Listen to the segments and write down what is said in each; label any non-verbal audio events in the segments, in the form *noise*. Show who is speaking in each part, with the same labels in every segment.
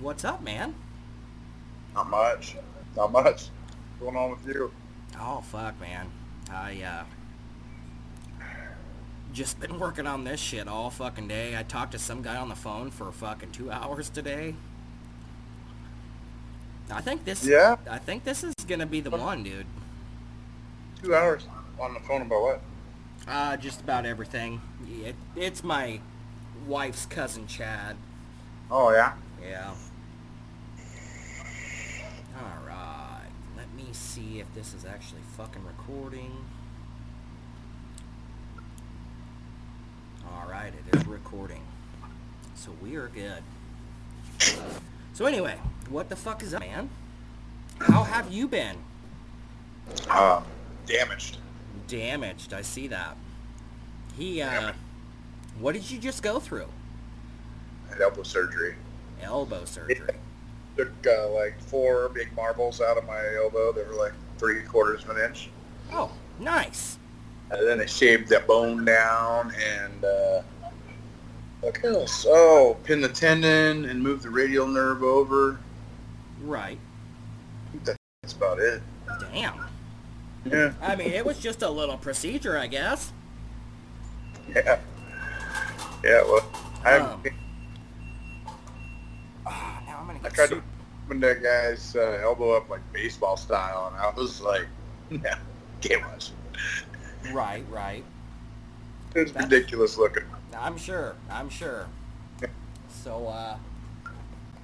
Speaker 1: What's up, man?
Speaker 2: Not much. Not much. What's going on with you?
Speaker 1: Oh fuck, man. I uh just been working on this shit all fucking day. I talked to some guy on the phone for fucking 2 *laughs* hours today. I think this
Speaker 2: Yeah?
Speaker 1: I think this is going to be the one, dude.
Speaker 2: Two hours on the phone about what?
Speaker 1: Uh just about everything. It, it's my wife's cousin Chad.
Speaker 2: Oh yeah.
Speaker 1: Yeah. All right. Let me see if this is actually fucking recording. All right, it is recording. So we are good. So anyway, what the fuck is up, man? How have you been?
Speaker 2: Um, damaged.
Speaker 1: Damaged. I see that. He uh
Speaker 2: Damaged.
Speaker 1: what did you just go through?
Speaker 2: Had elbow surgery.
Speaker 1: Elbow surgery.
Speaker 2: Took uh, like four big marbles out of my elbow. They were like three quarters of an inch.
Speaker 1: Oh, nice.
Speaker 2: And then they shaved that bone down and uh, what else? Oh, pinned the tendon and moved the radial nerve over.
Speaker 1: Right.
Speaker 2: I think that's about it.
Speaker 1: Damn.
Speaker 2: Yeah.
Speaker 1: I mean, it was just a little procedure, I guess.
Speaker 2: *laughs* Yeah. Yeah. Well, I
Speaker 1: Um, Ah, now I'm gonna
Speaker 2: I
Speaker 1: get
Speaker 2: tried
Speaker 1: sued.
Speaker 2: to open that guy's uh, elbow up like baseball style, and I was like,
Speaker 1: Hmm.
Speaker 2: "No, can't watch.
Speaker 1: Right, right.
Speaker 2: It was
Speaker 1: That's-
Speaker 2: ridiculous looking."
Speaker 1: I'm sure. I'm sure. So, uh,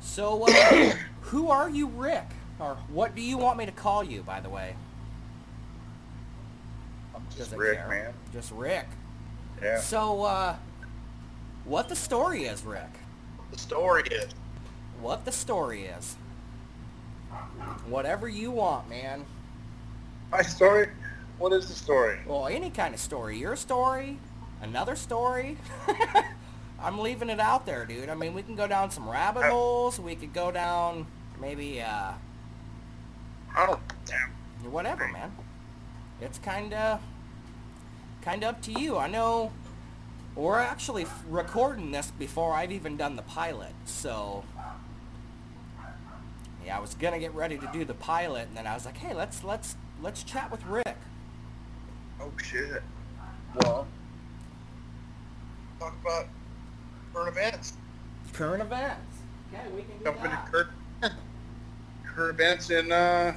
Speaker 1: so, uh, *coughs* who are you, Rick? Or what do you want me to call you, by the way?
Speaker 2: I'm just
Speaker 1: Doesn't
Speaker 2: Rick,
Speaker 1: care.
Speaker 2: man.
Speaker 1: Just Rick.
Speaker 2: Yeah.
Speaker 1: So, uh, what the story is, Rick?
Speaker 2: The story is
Speaker 1: What the story is? Whatever you want, man.
Speaker 2: my story. What is the story?
Speaker 1: Well, any kind of story. Your story, another story. *laughs* I'm leaving it out there, dude. I mean, we can go down some rabbit holes. We could go down maybe uh,
Speaker 2: I don't. Damn.
Speaker 1: whatever, man. It's kind of kind of up to you. I know we're actually f- recording this before I've even done the pilot, so yeah, I was gonna get ready to do the pilot, and then I was like, hey, let's let's let's chat with Rick.
Speaker 2: Oh shit. Well, talk about current events.
Speaker 1: Current events. Okay, we can do
Speaker 2: Jumping
Speaker 1: that.
Speaker 2: to current, current events in uh,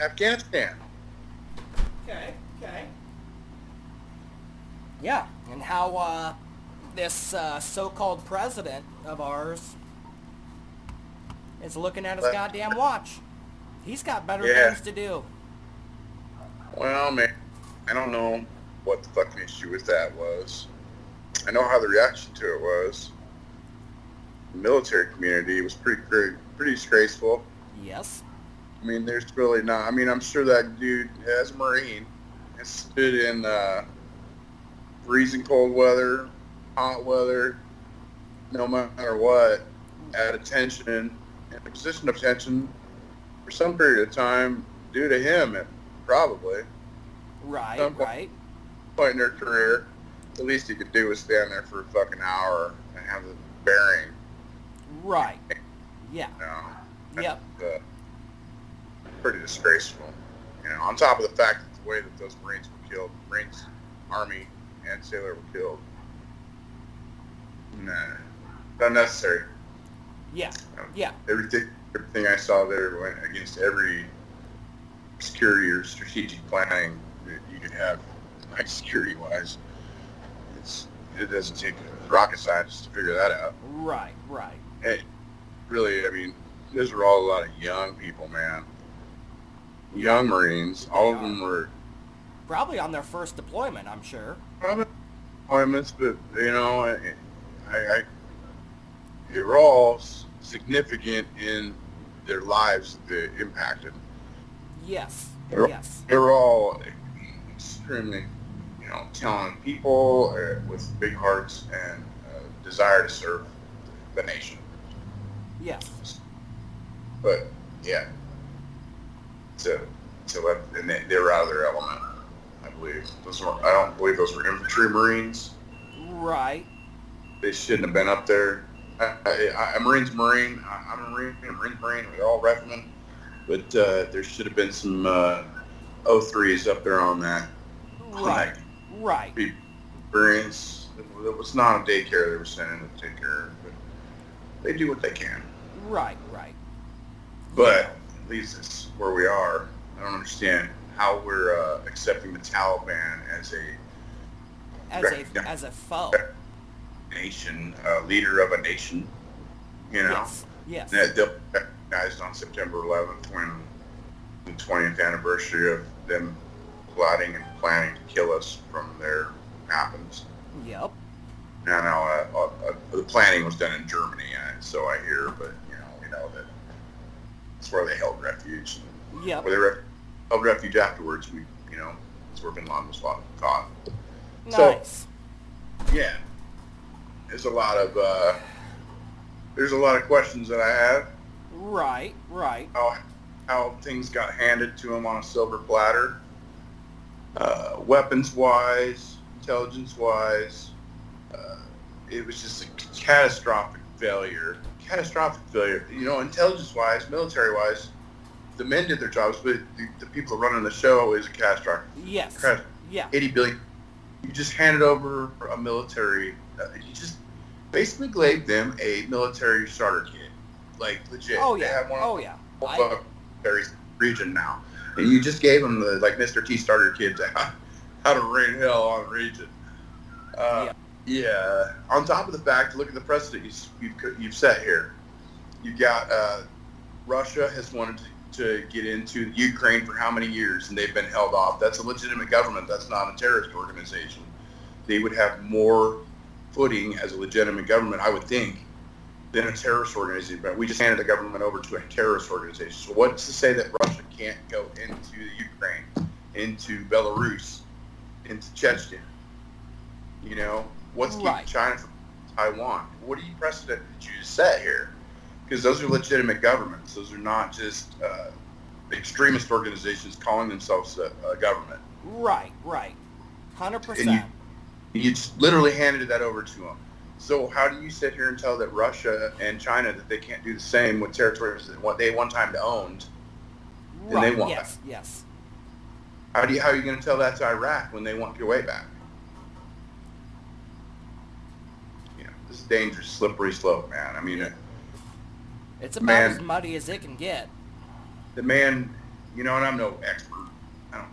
Speaker 2: Afghanistan.
Speaker 1: Okay, okay. Yeah, and how uh, this uh, so-called president of ours is looking at his
Speaker 2: But-
Speaker 1: goddamn watch. He's got better
Speaker 2: Yeah.
Speaker 1: things to do.
Speaker 2: Well, man, I don't know what the fucking issue with that was. I know how the reaction to it was. The military community was pretty pretty, pretty disgraceful.
Speaker 1: Yes.
Speaker 2: I mean, there's really not. I mean, I'm sure that dude, as a Marine, has stood in uh, freezing cold weather, hot weather, no matter what, at attention, in a position of tension for some period of time due to him, probably.
Speaker 1: Right.
Speaker 2: Um,
Speaker 1: right.
Speaker 2: point in their career, the least you could do was stand there for a fucking hour and have the bearing.
Speaker 1: Right. Yeah.
Speaker 2: You know,
Speaker 1: Yep.
Speaker 2: That's, uh, pretty disgraceful. You know, on top of the fact that the way that those Marines were killed, Marines, Army, and Sailor were killed. Nah, unnecessary.
Speaker 1: Yeah. Yeah.
Speaker 2: Everything, everything I saw there went against every security or strategic planning that you could have, like security-wise. It's it doesn't take rocket science to figure that out.
Speaker 1: Right. Right.
Speaker 2: It really, I mean, those were all a lot of young people, man. Young Marines, all of them were
Speaker 1: Probably on their first deployment, I'm sure.
Speaker 2: private deployments, but you know, I, I, I they were all s- significant in their lives that they impacted.
Speaker 1: Yes.
Speaker 2: Yep.
Speaker 1: Yes.
Speaker 2: they were all extremely, you know, talented people uh, with big hearts and uh, desire to serve the nation.
Speaker 1: Yes.
Speaker 2: But yeah, to to let and they, they were out of their element. I believe those were. I don't believe those were infantry marines.
Speaker 1: Right.
Speaker 2: They shouldn't have been up there. I, I, I, Marine's Marine. I, I'm a Marine. I'm a Marine's Marine. We're all riflemen. But uh, there should have been some uh, 03s up there on that.
Speaker 1: Right. Right.
Speaker 2: Like, experience. It was not a daycare they were sending to take care of. But they do what they can.
Speaker 1: Right. Right.
Speaker 2: But at least it's where we are. I don't understand how we're uh, accepting the Taliban as a
Speaker 1: As a as a foe.
Speaker 2: nation, uh, leader of a nation. You know,
Speaker 1: Yes. Yes.
Speaker 2: that they'll be recognized on September 11th when the 20th anniversary of them plotting and planning to kill us from their mountains.
Speaker 1: Yep.
Speaker 2: Now, now uh, uh, uh, the planning was done in Germany, and so I hear, but you know, we know that that's where they held refuge.
Speaker 1: Yep.
Speaker 2: Where they re- held refuge afterwards, we, you know, that's where Bin Laden was fought, caught. So-
Speaker 1: Nice.
Speaker 2: Yeah, there's a lot of uh, there's a lot of questions that I have.
Speaker 1: Right. Right.
Speaker 2: How how things got handed to him on a silver platter, uh, weapons wise, intelligence wise, uh, it was just a catastrophic failure. Catastrophic failure. You know, intelligence wise, military wise, the men did their jobs, but the, the people running the show is a catastrophic.
Speaker 1: Yes.
Speaker 2: catastrophic
Speaker 1: Yeah.
Speaker 2: 80 billion. You just handed over a military. Uh, you just basically gave them a military starter kit, like legit.
Speaker 1: Oh
Speaker 2: They
Speaker 1: yeah.
Speaker 2: have one
Speaker 1: Oh yeah. I-
Speaker 2: of military region now, and you just gave them the like Mr. T starter kit to how, how to rain hell on region. Uh, yeah. On top of the fact, look at the precedent you, s- you've co- you've set here. You got uh, Russia has wanted to to get into Ukraine for how many years, and they've been held off. That's a legitimate government. That's not a terrorist organization. They would have more footing as a legitimate government, I would think, than a terrorist organization. But we just handed the government over to a terrorist organization. So what's to say that Russia can't go into Ukraine, into Belarus, into Chechnya? You know, what's
Speaker 1: Right.
Speaker 2: keeping China from Taiwan? What are you precedent that you set here? because those are legitimate governments. Those are not just uh, extremist organizations calling themselves a, a government.
Speaker 1: Right. Right. Hundred
Speaker 2: And you,
Speaker 1: percent.
Speaker 2: you just literally handed that over to them. So how do you sit here and tell that Russia and China that they can't do the same with territories that one- they one time owned? and they
Speaker 1: Right.
Speaker 2: want
Speaker 1: yes. Yes.
Speaker 2: How do you, how are you going to tell that to Iraq when they want Kuwait back? You know, this is dangerous, slippery slope, man. I mean.
Speaker 1: It's about
Speaker 2: Man.
Speaker 1: as muddy as it can get.
Speaker 2: the man, you know, and I'm no expert. I don't.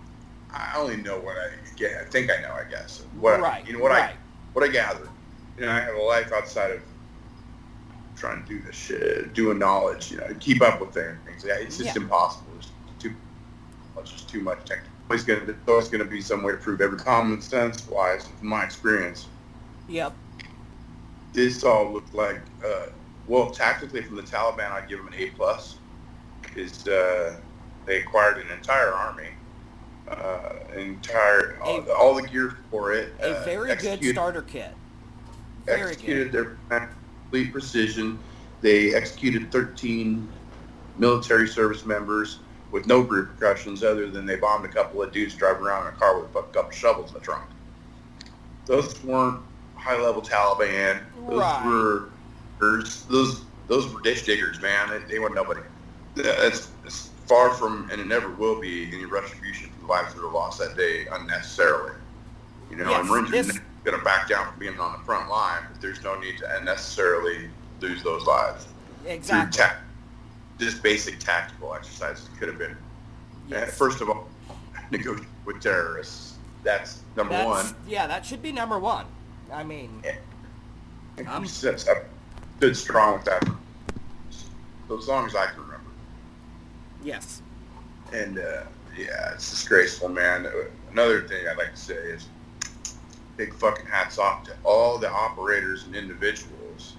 Speaker 2: I only know what I get. I think I know. I guess what
Speaker 1: Right,
Speaker 2: I, you know what
Speaker 1: right.
Speaker 2: I what I gather. You know, I have a life outside of trying to do this shit, doing knowledge. You know, to keep up with things. Yeah, it's just
Speaker 1: Yeah.
Speaker 2: impossible. It's too much. Just too much. Tech. Always gonna there's always gonna be some way to prove every common sense wise, from my experience
Speaker 1: Yep.
Speaker 2: this all looked like uh, well tactically from the Taliban I'd give them an A plus because uh, they acquired an entire army uh, an entire all,
Speaker 1: A-
Speaker 2: all the gear for it
Speaker 1: A
Speaker 2: uh,
Speaker 1: very good
Speaker 2: executed-
Speaker 1: starter kit. Very good.
Speaker 2: executed their plan with complete precision they executed 13 military service members with no repercussions other than they bombed a couple of dudes driving around in a car with a couple shovels in the trunk those weren't high-level Taliban. Those
Speaker 1: Right.
Speaker 2: were those those those were ditch diggers, man. They, they weren't nobody. That's it's far from, and it never will be, any retribution for the lives that were lost that day unnecessarily. You know,
Speaker 1: Yes,
Speaker 2: and Marines
Speaker 1: this-
Speaker 2: are never going to back down from being on the front line, but there's no need to unnecessarily lose those lives
Speaker 1: Exactly.
Speaker 2: through ta- just basic tactical exercises could have been. eh,
Speaker 1: Yes.
Speaker 2: First of all, *laughs* negotiate with terrorists. That's number
Speaker 1: That's-
Speaker 2: one.
Speaker 1: Yeah, that should be number one. I mean, I'm-
Speaker 2: I'm since I stood strong with that for as long as I can remember.
Speaker 1: yes.
Speaker 2: And uh, yeah, it's disgraceful, man. Another thing I'd like to say is big fucking hats off to all the operators and individuals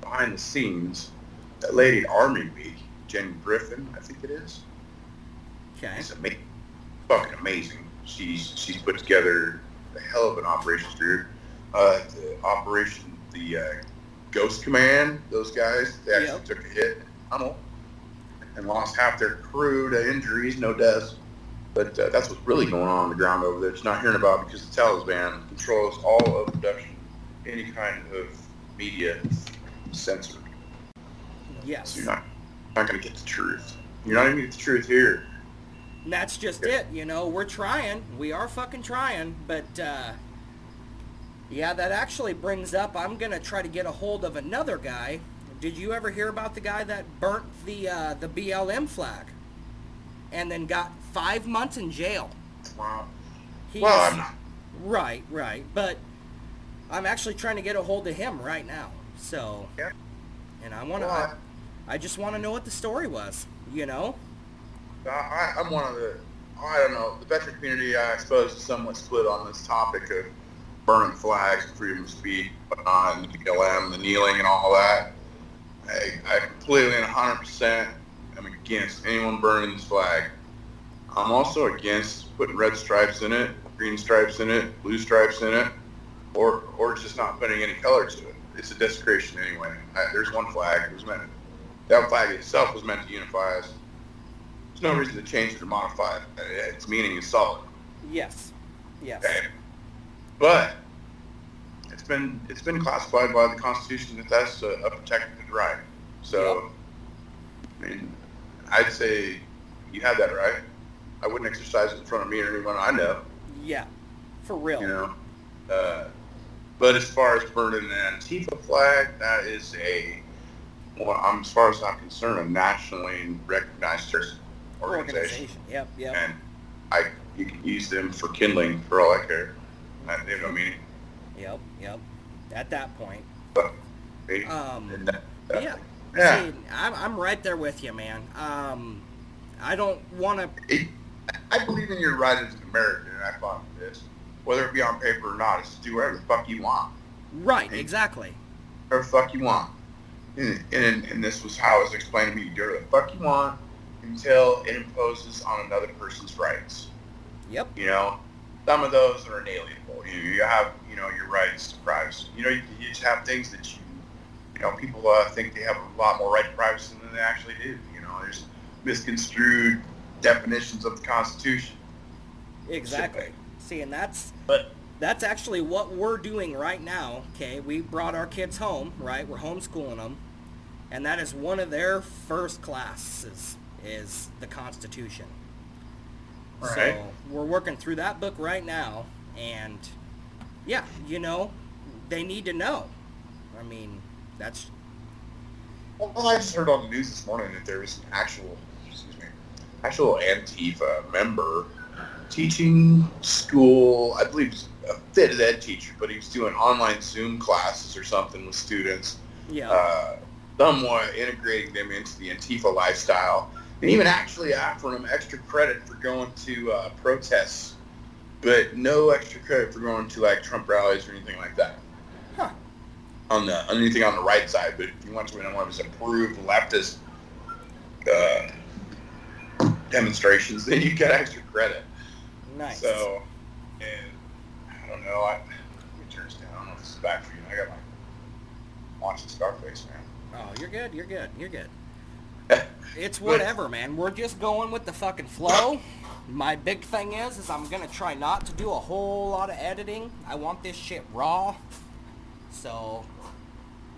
Speaker 2: behind the scenes. That lady at Army Week, Jen Griffin, I think it is.
Speaker 1: Okay.
Speaker 2: It's amazing, fucking amazing. She's she's put together a hell of an operations group. Uh, the operation, the uh, Ghost Command, those guys, they actually
Speaker 1: Yep.
Speaker 2: took a hit in the tunnel and lost half their crew to injuries, no deaths. But uh, that's what's really going on on the ground over there. It's not hearing about because the Taliban controls all of production, any kind of media censored.
Speaker 1: Yes.
Speaker 2: So you're not not gonna get the truth. You're not even gonna get the truth here.
Speaker 1: And that's just it, you know. We're trying. We are fucking trying. But, uh, yeah, that actually brings up I'm going to try to get a hold of another guy. Did you ever hear about the guy that burnt the, uh, the BLM flag and then got five months in jail?
Speaker 2: Wow.
Speaker 1: He's,
Speaker 2: Well, I'm not.
Speaker 1: Right, right. But I'm actually trying to get a hold of him right now. So,
Speaker 2: Yeah.
Speaker 1: and I want to,
Speaker 2: Well, I-
Speaker 1: I just want to know what the story was, you know?
Speaker 2: I- I, I'm one of the, I don't know, the veteran community, I suppose, is somewhat split on this topic of burning flags, freedom of speech, whatnot, and the BLM, the kneeling, and all that. I, I completely and 100% am against anyone burning this flag. I'm also against putting red stripes in it, green stripes in it, blue stripes in it, or, or just not putting any color to it. It's a desecration anyway. I, there's one flag. It was meant, that flag itself was meant to unify us. There's no reason to change it or modify it. Uh, Its meaning is solid.
Speaker 1: Yes. Yes.
Speaker 2: Okay? But it's been it's been classified by the Constitution that that's a, a protected right. So, I mean, I'd say you have that right. I wouldn't exercise it in front of me or anyone I know.
Speaker 1: Yeah. For real.
Speaker 2: You know, uh, but as far as burning an Antifa flag, that is a well, I'm, as far as I'm concerned, a nationally recognized terrorist organization.
Speaker 1: Yep, yep.
Speaker 2: and I you can use them for kindling for all I care. I, they have no meaning.
Speaker 1: Yep, yep. At that point.
Speaker 2: But they,
Speaker 1: Um,
Speaker 2: and that- that-
Speaker 1: Yeah.
Speaker 2: yeah.
Speaker 1: See, I'm, I'm right there with you, man. Um, I don't want to.
Speaker 2: It- I believe in your right as an American, and I fought for this, whether it be on paper or not. It's do whatever the fuck you want,
Speaker 1: Right,
Speaker 2: Hey.
Speaker 1: exactly.
Speaker 2: whatever the fuck you want. And, and, and this was how it was explained to me: do whatever the fuck you want until it imposes on another person's rights.
Speaker 1: Yep.
Speaker 2: You know, some of those are inalienable. You, you have, you know, your rights to privacy. You know, you, you just have things that you, you know, people uh, think they have a lot more right to privacy than they actually do. You know, there's misconstrued definitions of the Constitution.
Speaker 1: Exactly.
Speaker 2: Right.
Speaker 1: See, and that's
Speaker 2: But
Speaker 1: that's actually what we're doing right now. Okay, we brought our kids home. Right, we're homeschooling them, and that is one of their first classes is the Constitution.
Speaker 2: Right.
Speaker 1: So we're working through that book right now, and yeah, you know, they need to know. I mean, that's
Speaker 2: well, I just heard on the news this morning that there was an actual, excuse me, actual Antifa member teaching school. I believe he's a phys ed teacher, but he was doing online Zoom classes or something with students.
Speaker 1: yeah,
Speaker 2: uh, somewhat integrating them into the Antifa lifestyle, and even actually offering them extra credit for going to uh, protests, but no extra credit for going to like Trump rallies or anything like that.
Speaker 1: Huh.
Speaker 2: On the on anything on the right side, but if you want to know one of his approved leftist uh, demonstrations, *laughs* then you get extra credit.
Speaker 1: nice.
Speaker 2: So, and I don't know. I, let me turn this down. I don't know if this is back for you. I got my watching Scarface, man.
Speaker 1: Oh, you're good. You're good. You're good.
Speaker 2: *laughs* Yeah.
Speaker 1: It's whatever, man. We're just going with the fucking flow. My big thing is, is I'm gonna try not to do a whole lot of editing. I want this shit raw. So,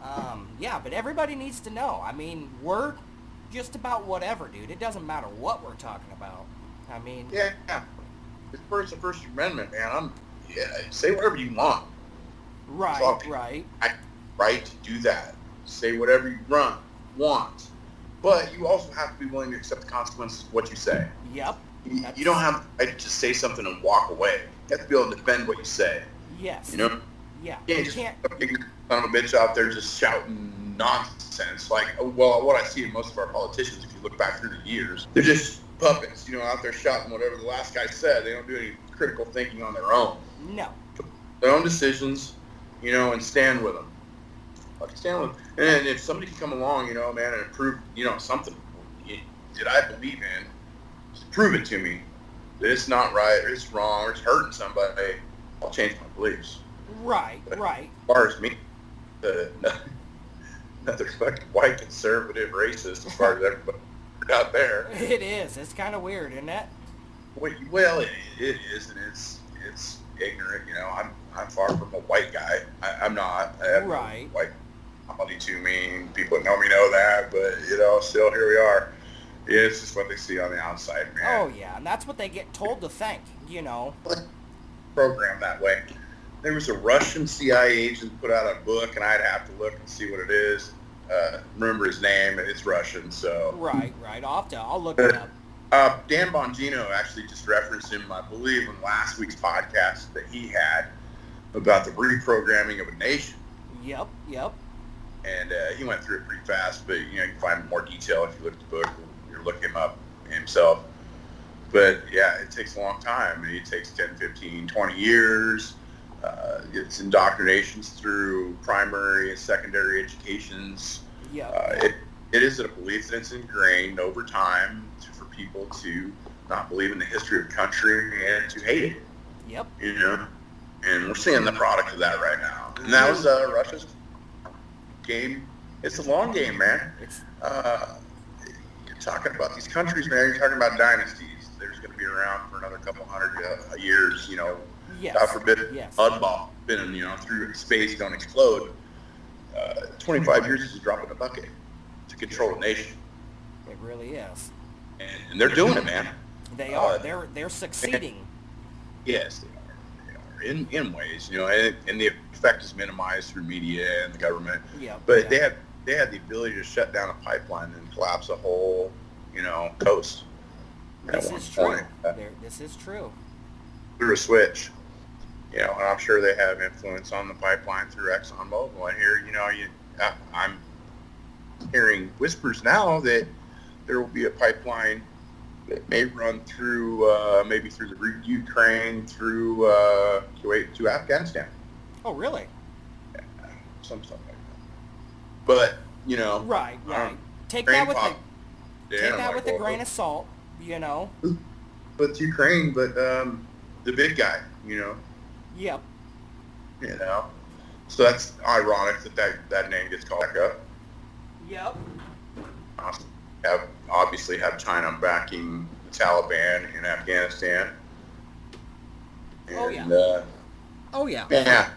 Speaker 1: um, yeah. But everybody needs to know. I mean, we're just about whatever, dude. It doesn't matter what we're talking about. I mean,
Speaker 2: Yeah, it's first the First Amendment, man. I'm yeah. Say whatever you want.
Speaker 1: right,
Speaker 2: Fuck.
Speaker 1: right.
Speaker 2: I right to do that. Say whatever you run, want, but you also have to be willing to accept the consequences of what you say.
Speaker 1: Yep.
Speaker 2: You,
Speaker 1: That's-
Speaker 2: you don't have the right to just say something and walk away. You have to be able to defend what you say.
Speaker 1: Yes.
Speaker 2: You know,
Speaker 1: Yeah.
Speaker 2: you
Speaker 1: You
Speaker 2: can't just
Speaker 1: can't.
Speaker 2: some ignorant son of a bitch out there just shouting nonsense. Like, oh, well, what I see in most of our politicians, if you look back through the years, they're just puppets, you know, out there shouting whatever the last guy said. They don't do any critical thinking on their own
Speaker 1: No.
Speaker 2: their own decisions, you know, and stand with them. Fucking stand with 'em. And if somebody can come along, you know, man, and prove, you know, something y- that I believe in, just prove it to me that it's not right or it's wrong or it's hurting somebody, hey, I'll change my beliefs.
Speaker 1: Right. Right. *laughs*
Speaker 2: As far as me, *laughs* the, another fucking white conservative racist as far as everybody *laughs* out there.
Speaker 1: It is. It's kind of weird, isn't it?
Speaker 2: Well, well, it, it is, and it's it's ignorant. You know, I'm I'm far from a white guy. I, I'm not. I have no
Speaker 1: Right.
Speaker 2: White personality to me. People that know me know that, but you know, still here we are. Yeah, it's just what they see on the outside,
Speaker 1: Oh
Speaker 2: man.
Speaker 1: yeah, and that's what they get told to think. You know.
Speaker 2: Programmed that way. There was a Russian CIA agent put out a book, and I'd have to look and see what it is. Uh, remember his name, and it's Russian, so.
Speaker 1: Right, right. I'll have to. I'll look it up.
Speaker 2: Uh, Dan Bongino actually just referenced him, I believe, in last week's podcast that he had about the reprogramming of a nation.
Speaker 1: Yep, yep.
Speaker 2: And uh, he went through it pretty fast, but you know you can find more detail if you look at the book or look him up himself. But yeah, it takes a long time. I mean, It takes 10, 15, 20 years. Uh, it's indoctrinations through primary and secondary educations.
Speaker 1: Yep.
Speaker 2: Uh, it, it is a belief that's ingrained over time to, for people to not believe in the history of the country and to hate it,
Speaker 1: yep.
Speaker 2: you know? And we're seeing the product of that right now. And that was uh, Russia's game. It's a long game, man.
Speaker 1: It's
Speaker 2: Uh, you're talking about these countries, man. You're talking about dynasties. There's going to be around for another couple hundred uh, years, you know,
Speaker 1: yes.
Speaker 2: God forbid,
Speaker 1: Yes.
Speaker 2: oddball, been, you know, through space, don't explode. Uh, 25 years is a drop in the bucket to control a nation.
Speaker 1: It really is.
Speaker 2: And, and they're doing it, man.
Speaker 1: They
Speaker 2: Uh,
Speaker 1: are. They're
Speaker 2: *laughs*
Speaker 1: they're succeeding.
Speaker 2: Yes, they are. They are in, in ways, you know, and, and the effect is minimized through media and the government.
Speaker 1: Yep.
Speaker 2: But
Speaker 1: yep.
Speaker 2: they have they had the ability to shut down a pipeline and collapse a whole, you know, coast. at
Speaker 1: This
Speaker 2: one
Speaker 1: is true.
Speaker 2: point, uh,
Speaker 1: There- This is true.
Speaker 2: through a switch. You know, and I'm sure they have influence on the pipeline through ExxonMobil. I hear, you know, you, I, I'm hearing whispers now that there will be a pipeline that may run through, uh, maybe through the Ru- Ukraine, through uh, Kuwait to Afghanistan,
Speaker 1: Oh, really?
Speaker 2: some stuff like that. But you know,
Speaker 1: Right,
Speaker 2: I don't-
Speaker 1: right. Take that with a
Speaker 2: Grandpa- Um, Yeah,
Speaker 1: take
Speaker 2: I'm
Speaker 1: that
Speaker 2: like,
Speaker 1: with a
Speaker 2: well,
Speaker 1: grain of salt. You know.
Speaker 2: But it's Ukraine, but um, the big guy, you know,
Speaker 1: Yep.
Speaker 2: you know. So that's ironic that that, that name gets called back up.
Speaker 1: Yep.
Speaker 2: have obviously have China backing the Taliban in Afghanistan. And,
Speaker 1: Oh, yeah.
Speaker 2: Uh,
Speaker 1: Oh yeah.
Speaker 2: yeah.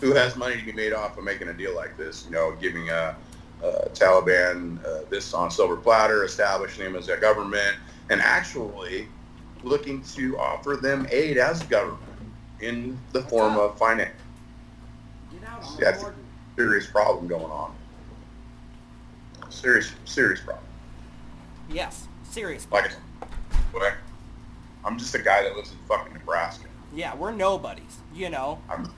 Speaker 2: Who has money to be made off of making a deal like this? You know, giving uh uh Taliban uh, this on silver platter, establishing them as a government, and actually looking to offer them aid as a government in the form of finance.
Speaker 1: Get out on
Speaker 2: That's-
Speaker 1: the board.
Speaker 2: Serious problem going on. Serious, serious problem.
Speaker 1: Yes. Serious.
Speaker 2: Like, what? I'm just a guy that lives in fucking Nebraska.
Speaker 1: Yeah, we're nobodies. You know.
Speaker 2: I'm,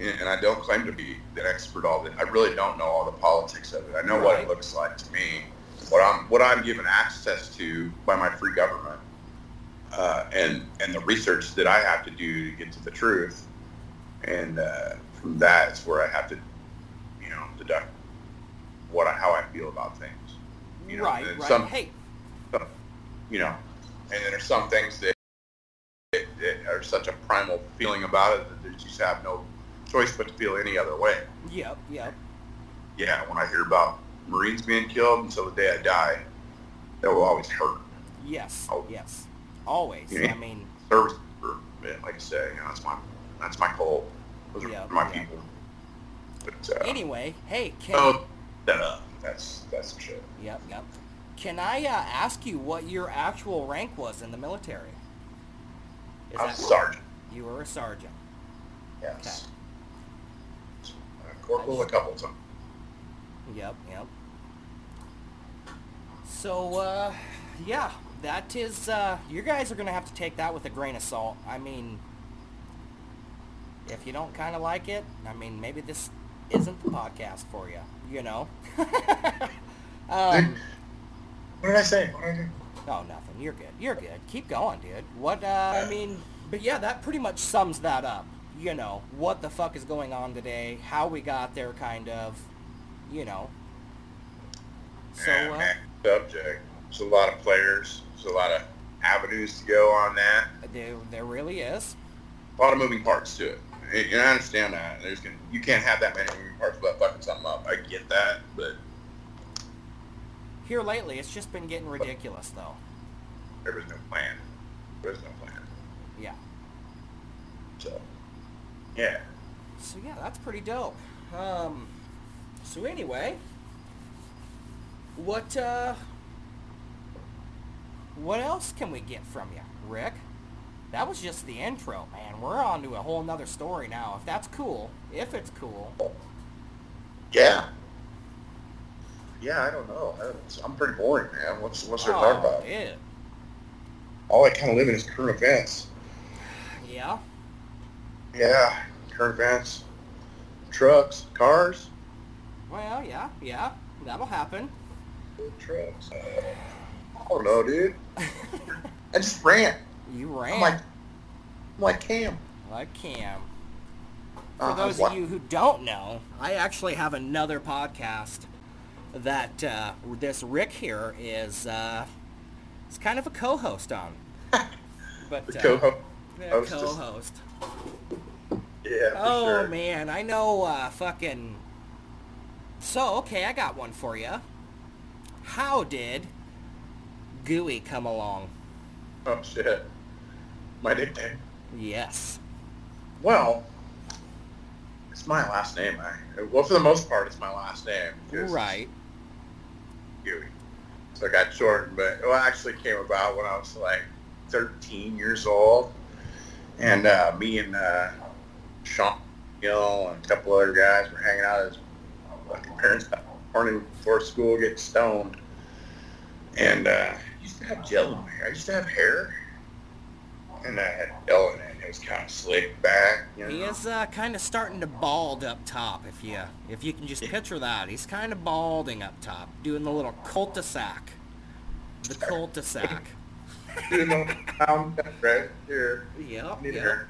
Speaker 2: and I don't claim to be an expert all that. I really don't know all the politics of it. I know what
Speaker 1: Right.
Speaker 2: it looks like to me, what I'm what I'm given access to by my free government, uh, and and the research that I have to do to get to the truth, and uh, from that is where I have to, you know, deduct what I, how I feel about things. You know,
Speaker 1: right.
Speaker 2: and
Speaker 1: Right.
Speaker 2: some-
Speaker 1: hey.
Speaker 2: you know. And then there's some things that, that, that are such a primal feeling about it that you just have no choice but to feel any other way.
Speaker 1: Yep. Yep.
Speaker 2: Yeah, when I hear about Marines being killed until the day I die, that will always hurt.
Speaker 1: Yes.
Speaker 2: Oh.
Speaker 1: Yes. Always.
Speaker 2: Yeah.
Speaker 1: I mean.
Speaker 2: Service, for- man, like I say, you know, that's my that's my goal. Those are
Speaker 1: Yeah,
Speaker 2: my
Speaker 1: yeah.
Speaker 2: people. But uh,
Speaker 1: Anyway. Hey. Can,
Speaker 2: so that up. That's that's some shit.
Speaker 1: Yep. Yep. Can I uh, ask you what your actual rank was in the military? Is
Speaker 2: I'm
Speaker 1: that-
Speaker 2: sergeant.
Speaker 1: You were a sergeant.
Speaker 2: Yes. Uh, corporal a couple times.
Speaker 1: Yep, yep. So, uh, yeah, that is, uh, you guys are gonna have to take that with a grain of salt. I mean, if you don't kinda like it, I mean, maybe this isn't the podcast for you, you know? *laughs* um,
Speaker 2: What did I say? What did I do?
Speaker 1: no, nothing. You're good. You're good. Keep going, dude. What, uh, I mean, but yeah, that pretty much sums that up. You know, what the fuck is going on today, how we got there, kind of, you know. So,
Speaker 2: Yeah,
Speaker 1: uh,
Speaker 2: man, subject. There's a lot of players. There's a lot of avenues to go on that.
Speaker 1: there, there really is.
Speaker 2: A lot of moving parts to it. And and I understand that. There's gonna, you can't have that many moving parts without fucking something up. I get that, but
Speaker 1: Here lately, it's just been getting ridiculous, though.
Speaker 2: there was no plan. There was no plan.
Speaker 1: Yeah.
Speaker 2: So, yeah.
Speaker 1: So yeah, that's pretty dope. Um, So anyway, what uh, what else can we get from you, Rick? That was just the intro, man. We're on to a whole nother story now. If that's cool, if it's cool,
Speaker 2: Yeah. Yeah, I don't know. I don't- I'm pretty boring, man. What's what's there to talk
Speaker 1: Oh,
Speaker 2: about?
Speaker 1: dude.
Speaker 2: All I kind of live in is current events.
Speaker 1: yeah,
Speaker 2: Yeah, current events, trucks, cars,
Speaker 1: well, yeah, yeah, that'll happen.
Speaker 2: trucks. I don't know, dude. I just ran.
Speaker 1: You ran
Speaker 2: I'm like, I'm like Cam.
Speaker 1: like Cam.
Speaker 2: Uh,
Speaker 1: For those
Speaker 2: what-
Speaker 1: of you who don't know, I actually have another podcast that uh, this Rick here is uh, is kind of a co-host on.
Speaker 2: *laughs*
Speaker 1: But
Speaker 2: the
Speaker 1: uh,
Speaker 2: co-host.
Speaker 1: yeah,
Speaker 2: hostess.
Speaker 1: co-host.
Speaker 2: Yeah, for
Speaker 1: Oh
Speaker 2: sure.
Speaker 1: man, I know. Uh, fucking. So okay, I got one for you. How did Gooey come along?
Speaker 2: Oh shit. My nickname.
Speaker 1: Yes.
Speaker 2: Well, it's my last name. I, well, for the most part, it's my last name. 'cause
Speaker 1: Right.
Speaker 2: Huey. So I got shortened, but well, it actually came about when I was like 13 years old, and uh, me and uh, Sean Gill and a couple other guys were hanging out at his fucking parents' house morning before school, getting stoned. And uh, I used to have gel in my hair. I used to have hair, and I had gel in it. and It was kind of slick back. You know? *laughs*
Speaker 1: He is uh, kind of starting to bald up top. If you if you can just picture that, he's kind of balding up top, doing the little cul-de-sac, the cul-de-sac.
Speaker 2: You know, I'm right here.
Speaker 1: *laughs* Yep.
Speaker 2: Need
Speaker 1: yep.
Speaker 2: hair.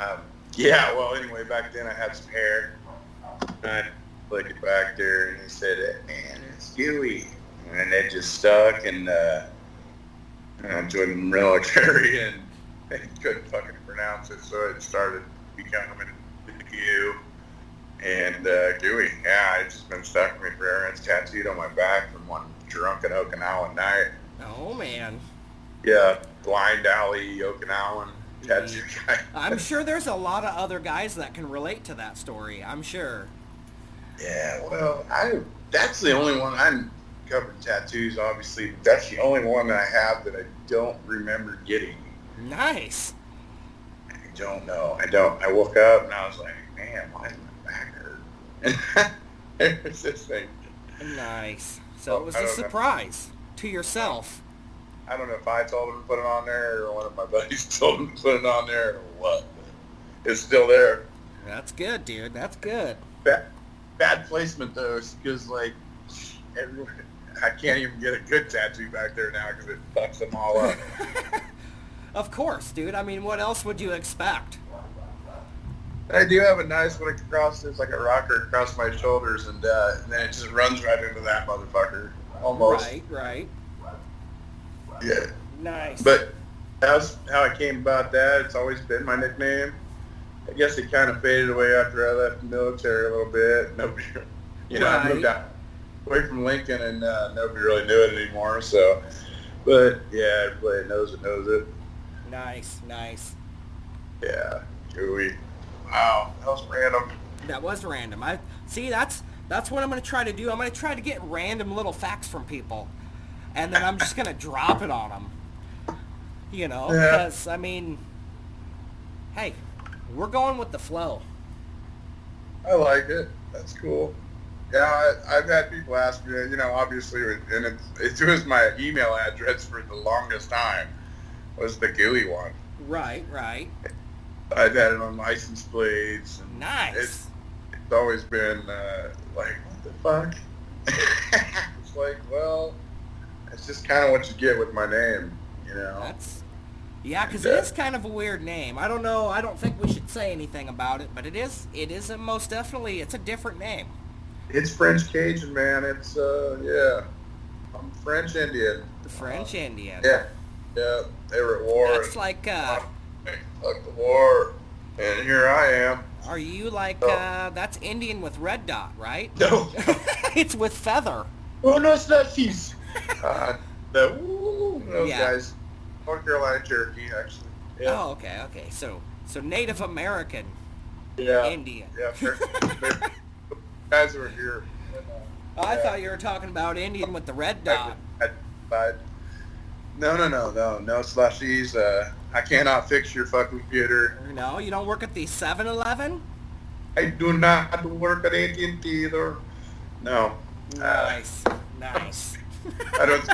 Speaker 2: Um, yeah, well, anyway, back then I had some hair. I looked it back there and he said, man, it's Huey. And it just stuck and uh, I joined the *laughs* military and they couldn't fucking pronounce it, so it started becoming Hugh. And uh, Huey, yeah, it's just been stuck with me forever. It's tattooed on my back from one drunken Okinawan night.
Speaker 1: Oh man,
Speaker 2: Yeah, Blind Alley, Okinawan tattoo guy.
Speaker 1: I'm sure there's a lot of other guys that can relate to that story. I'm sure.
Speaker 2: Yeah, well, I that's the only one I'm covered tattoos. Obviously, but that's the only one that I have that I don't remember getting.
Speaker 1: Nice.
Speaker 2: I don't know. I don't. I woke up and I was like, man, why does my back hurt? *laughs* There's this thing.
Speaker 1: Nice. So it was
Speaker 2: I
Speaker 1: a
Speaker 2: don't know.
Speaker 1: surprise to yourself.
Speaker 2: I don't know if I told him to put it on there or one of my buddies *laughs* told him to put it on there or what. It's still there.
Speaker 1: That's good, dude. That's good.
Speaker 2: Bad, bad placement though, because like everyone, I can't even get a good tattoo back there now because it fucks them all up.
Speaker 1: *laughs* Of course, dude. I mean, what else would you expect?
Speaker 2: I do have a nice one across. It's like a rocker across my shoulders, and, uh, and then it just runs right into that motherfucker almost.
Speaker 1: Right. Right.
Speaker 2: Yeah.
Speaker 1: Nice.
Speaker 2: But that's how I came about that. It's always been my nickname. I guess it kind of faded away after I left the military a little bit. *laughs* Nobody, you know, I moved
Speaker 1: Right.
Speaker 2: out away from Lincoln, and uh, nobody really knew it anymore. So, but yeah, everybody knows it, knows it.
Speaker 1: nice. Nice.
Speaker 2: Yeah. Ooh-wee. Wow, that was random.
Speaker 1: That was random. I see. That's that's what I'm gonna try to do. I'm gonna try to get random little facts from people, and then I'm
Speaker 2: *laughs*
Speaker 1: just gonna drop it on them. You know,
Speaker 2: Yeah.
Speaker 1: because I mean, hey, we're going with the flow.
Speaker 2: I like it. That's cool. Yeah, I, I've had people ask me, you know, obviously, and it, it was my email address for the longest time was the GUI one.
Speaker 1: Right. Right.
Speaker 2: I've had it on license plates, and
Speaker 1: Nice.
Speaker 2: it's, it's always been uh, like, what the fuck? *laughs* it's like, well, it's just kind of what you get with my name, you know?
Speaker 1: That's yeah, because
Speaker 2: oh. Yeah.
Speaker 1: it is kind of a weird name. I don't know. I don't think we should say anything about it, but it is. It is a most definitely. It's a different name.
Speaker 2: It's French Cajun, man. It's, uh, yeah. I'm French Indian.
Speaker 1: The French Indian.
Speaker 2: Uh, Yeah. Yeah. They were at war.
Speaker 1: That's
Speaker 2: and-
Speaker 1: like. Uh,
Speaker 2: Fuck the war. And here I am.
Speaker 1: are you like?
Speaker 2: Oh.
Speaker 1: Uh, that's Indian with red dot,
Speaker 2: *laughs*
Speaker 1: right? *laughs*
Speaker 2: No.
Speaker 1: it's with feather.
Speaker 2: Unos nazis. Uh, the, ooh, those
Speaker 1: Yeah.
Speaker 2: guys. North Carolina Cherokee, actually. Yeah.
Speaker 1: Oh, okay, okay. So, so Native American
Speaker 2: yeah.
Speaker 1: Indian. *laughs*
Speaker 2: Yeah. They're, they're, guys were here.
Speaker 1: I
Speaker 2: Yeah.
Speaker 1: thought you were talking about Indian with the red dot.
Speaker 2: I- I- no, no, no, no, no slushies. Uh, I cannot fix your fucking computer.
Speaker 1: No, you don't work at the 7-Eleven?
Speaker 2: I do not work at AT&T either. No. Uh,
Speaker 1: Nice,
Speaker 2: *laughs*
Speaker 1: nice. *laughs*
Speaker 2: I don't.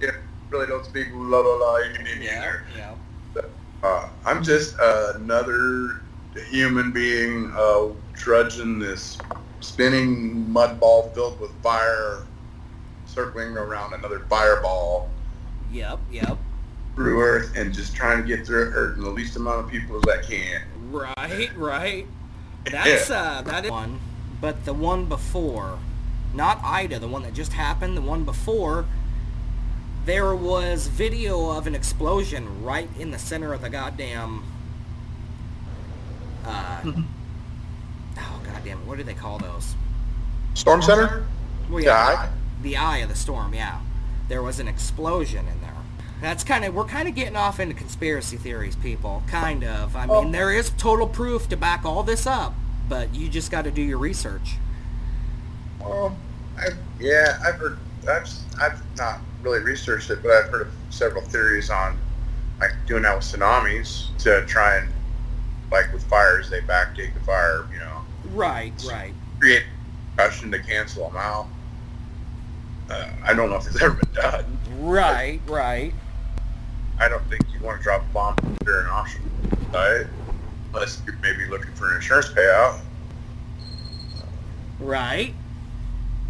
Speaker 2: yeah, really don't speak la la la Indian
Speaker 1: Yeah,
Speaker 2: either.
Speaker 1: yeah.
Speaker 2: Uh, I'm just another human being uh, trudging this spinning mud ball filled with fire, circling around another fireball
Speaker 1: Yep, yep.
Speaker 2: through Earth, and just trying to get through Earth in the least amount of people as I can.
Speaker 1: Right, right. That's uh that is one, but the one before, not Ida, the one that just happened, the one before there was video of an explosion right in the center of the goddamn uh Oh goddamn it, what do they call those?
Speaker 2: Storm Center?
Speaker 1: Well,
Speaker 2: Yeah. I-
Speaker 1: the eye of the storm. Yeah, there was an explosion in there. That's kind of we're kind of getting off into conspiracy theories, people. Kind of. I mean,
Speaker 2: Oh.
Speaker 1: there is total proof to back all this up, but you just got to do your research.
Speaker 2: Well, Oh, I, yeah, I've heard. I've I've not really researched it, but I've heard of several theories on like doing that with tsunamis to try and like with fires they backdate the fire, you know,
Speaker 1: Right, right.
Speaker 2: create caution to cancel them out. Uh, I don't know if it's *laughs* ever been done.
Speaker 1: Right, right.
Speaker 2: I don't think you want to drop a bomb during an auction site unless you're maybe looking for an insurance payout.
Speaker 1: Right.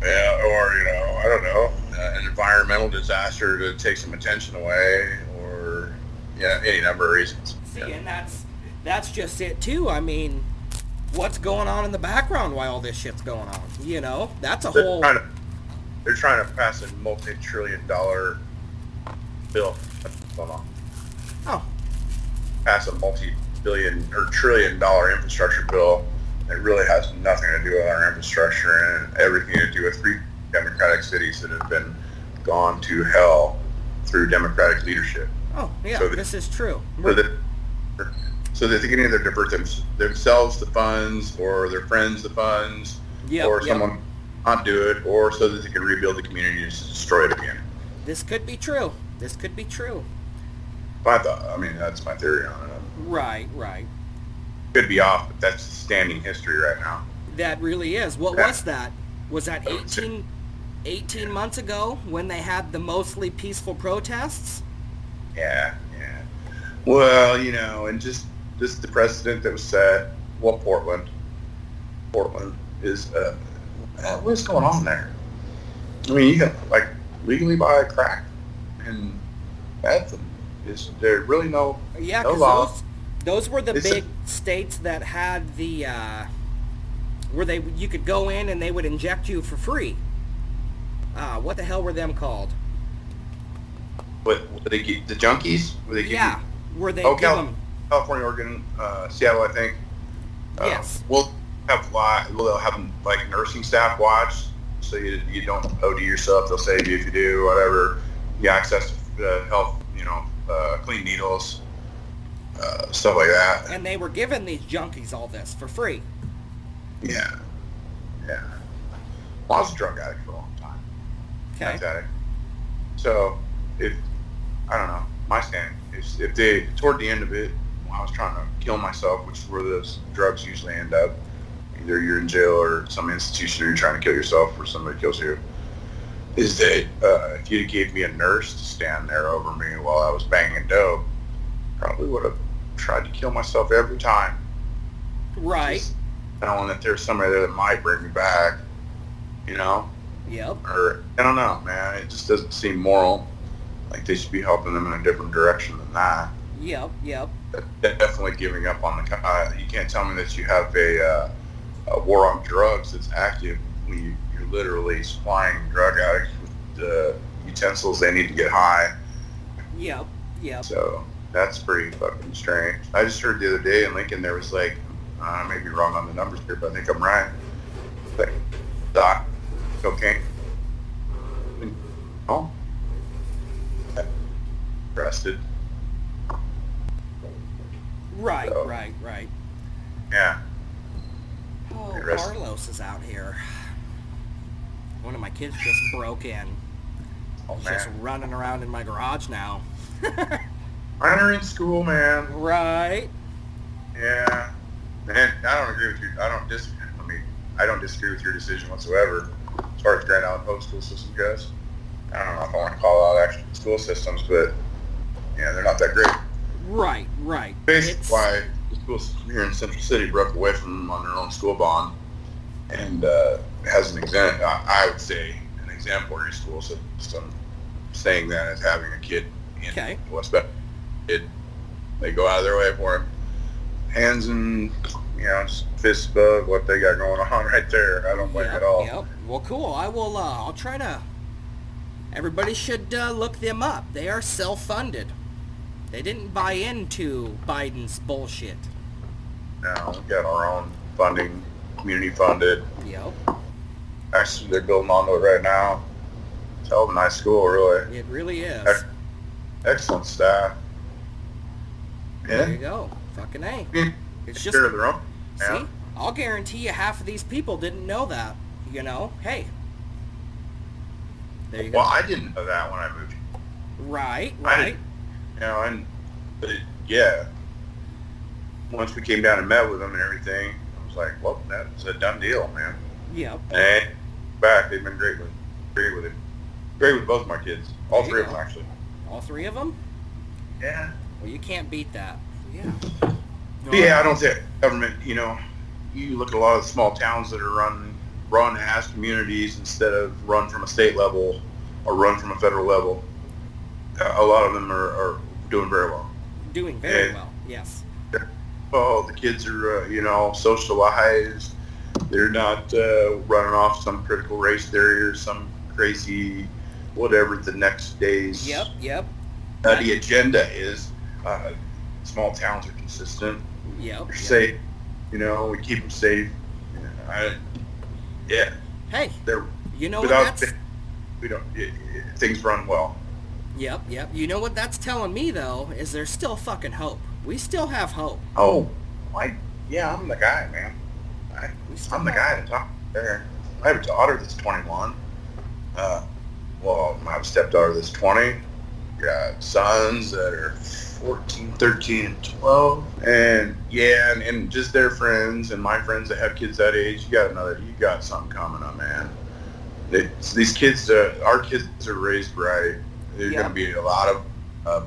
Speaker 2: Yeah, or you know, I don't know, uh, an environmental disaster to take some attention away, or yeah, any number of reasons.
Speaker 1: See,
Speaker 2: Yeah.
Speaker 1: and that's that's just it too. I mean, what's going on in the background while all this shit's going on? You know, that's a
Speaker 2: They're
Speaker 1: whole
Speaker 2: trying to they're trying to pass a multi-trillion dollar bill. That's what's going on.
Speaker 1: oh,
Speaker 2: Pass a multi-billion or trillion dollar infrastructure bill that really has nothing to do with our infrastructure and everything to do with free democratic cities that have been gone to hell through democratic leadership.
Speaker 1: oh, yeah.
Speaker 2: So the-
Speaker 1: this is true.
Speaker 2: so that so they can either divert them, themselves the funds or their friends the funds
Speaker 1: Yep,
Speaker 2: or
Speaker 1: yep.
Speaker 2: someone not do it or so that they can rebuild the community and just destroy it again
Speaker 1: This could be true. This could be true.
Speaker 2: i thought i mean that's my theory on it
Speaker 1: Right, right.
Speaker 2: could be off but that's standing history right now
Speaker 1: That really is. What was that? Was that 18, 18 months ago when they had the mostly peaceful protests?
Speaker 2: yeah yeah well you know and just just the precedent that was set well portland portland is uh uh, what's going on there I mean, you can like legally buy crack, and that's is there really no
Speaker 1: Yeah,
Speaker 2: no
Speaker 1: because
Speaker 2: law.
Speaker 1: those, those were the
Speaker 2: It's a-
Speaker 1: big states that had the uh, where they you could go in and they would inject you for free. Uh, what the hell were them called?
Speaker 2: What, what they give, the junkies? What they give
Speaker 1: Yeah, where they
Speaker 2: Oh,
Speaker 1: give
Speaker 2: Cal-
Speaker 1: them
Speaker 2: California, Oregon, uh, Seattle, I think. Uh,
Speaker 1: Yes.
Speaker 2: We'll have li- we'll have like nursing staff watch, so you, you don't OD yourself. They'll save you if you do whatever. You access uh, health, you know, uh, clean needles, uh, stuff like that.
Speaker 1: and they were giving these junkies all this for free.
Speaker 2: Yeah, yeah. Well, I was a drug addict for a long time.
Speaker 1: Okay.
Speaker 2: Sex addict. So if I don't know, my stand is if they toward the end of it, when I was trying to kill myself, which is where those drugs usually end up. Either you're in jail or some institution, or you're trying to kill yourself, or somebody kills you. Is that uh, if you gave me a nurse to stand there over me while I was banging dope, probably would have tried to kill myself every time
Speaker 1: Right.
Speaker 2: just knowing that there's somebody there that might bring me back, you know,
Speaker 1: Yep.
Speaker 2: or I don't know, man. It just doesn't seem moral. Like they should be helping them in a different direction than that.
Speaker 1: Yep. Yep.
Speaker 2: But Definitely giving up on the. co- Uh, you can't tell me that you have a, uh, a war on drugs that's active when you, you're literally supplying drug addicts with the utensils they need to get high.
Speaker 1: Yep. Yep.
Speaker 2: So that's pretty fucking strange. I just heard the other day in Lincoln there was like, I may be wrong on the numbers here, but I think I'm right. Like, doc, cocaine. Oh. Arrested.
Speaker 1: Right.
Speaker 2: So-
Speaker 1: Right. Right.
Speaker 2: Yeah.
Speaker 1: Oh little
Speaker 2: Rest-
Speaker 1: Carlos is out here. One of my kids just broke in.
Speaker 2: Oh,
Speaker 1: He's just
Speaker 2: man.
Speaker 1: running around in my garage now. *laughs*
Speaker 2: Mine are in school, man.
Speaker 1: right.
Speaker 2: Yeah. Man, I don't agree with you. I don't dis. I mean, I don't disagree with your decision whatsoever as far as Grand Island Public School System goes. I don't know if I want to call out actual school systems, but yeah, they're not that great.
Speaker 1: Right, right.
Speaker 2: Basically,
Speaker 1: It's-
Speaker 2: why the school system here in Central City broke away from them on their own school bond, and uh, has an example. I I would say an exemplary school system. Saying that as having a kid in
Speaker 1: Okay.
Speaker 2: West Bend, it they go out of their way for him. Hands and you know just fists above what they got going *laughs* on right there. I don't blame
Speaker 1: Yep,
Speaker 2: at all.
Speaker 1: Yep. Well, cool. I will. Uh, I'll try to. Everybody should uh, look them up. They are self-funded. They didn't buy into Biden's bullshit.
Speaker 2: Now we got our own funding, community funded.
Speaker 1: Yep.
Speaker 2: Actually, they're building onto it right now. It's a hell of a nice school, really.
Speaker 1: It really is.
Speaker 2: Ex- Excellent staff.
Speaker 1: There
Speaker 2: Yeah.
Speaker 1: you go. Fucking a.
Speaker 2: Hmm.
Speaker 1: It's
Speaker 2: Take
Speaker 1: just.
Speaker 2: care of their own. Yeah.
Speaker 1: See, I'll guarantee you half of these people didn't know that. You know. Hey. There you go.
Speaker 2: Well, I didn't know that when I moved. here.
Speaker 1: Right.
Speaker 2: I
Speaker 1: Right.
Speaker 2: You know, and but it, yeah, once we came down and met with them and everything, I was like, well, that's a done deal, man.
Speaker 1: Yep.
Speaker 2: And back, they've been great with, great with it, great with both my kids, all
Speaker 1: There you
Speaker 2: three of
Speaker 1: go.
Speaker 2: them actually.
Speaker 1: All three of them.
Speaker 2: Yeah.
Speaker 1: Well, you can't beat that. Yeah.
Speaker 2: Yeah, I don't think government. You know, you look at a lot of small towns that are run run as communities instead of run from a state level or run from a federal level. Uh, A a lot of them are, are doing very well.
Speaker 1: Doing very
Speaker 2: Yeah.
Speaker 1: well. Yes.
Speaker 2: Oh, the kids are uh, you know socialized. They're not uh, running off some critical race theory or some crazy whatever the next day's
Speaker 1: Yep. Yep.
Speaker 2: uh, the agenda is. Uh, small towns are consistent.
Speaker 1: Yep.
Speaker 2: They're
Speaker 1: yep.
Speaker 2: safe. You know, we keep them safe. I, yeah,
Speaker 1: Hey,
Speaker 2: they're
Speaker 1: you know what
Speaker 2: without.
Speaker 1: Oh, that's
Speaker 2: We don't. It, it, things run well.
Speaker 1: Yep, yep. You know what that's telling me though is there's still fucking hope. We still have hope.
Speaker 2: Oh, I yeah, I'm the guy, man. I,
Speaker 1: We still
Speaker 2: I'm the
Speaker 1: have-
Speaker 2: guy to talk there. I have a daughter that's 21. Uh, well, I have a stepdaughter that's 20. Got sons that are 14, 13, and 12. And yeah, and, and just their friends and my friends that have kids that age. You got another. You got something coming up, man. They, these kids, uh, our kids are raised right. There's
Speaker 1: Yeah.
Speaker 2: going to be a lot of, uh,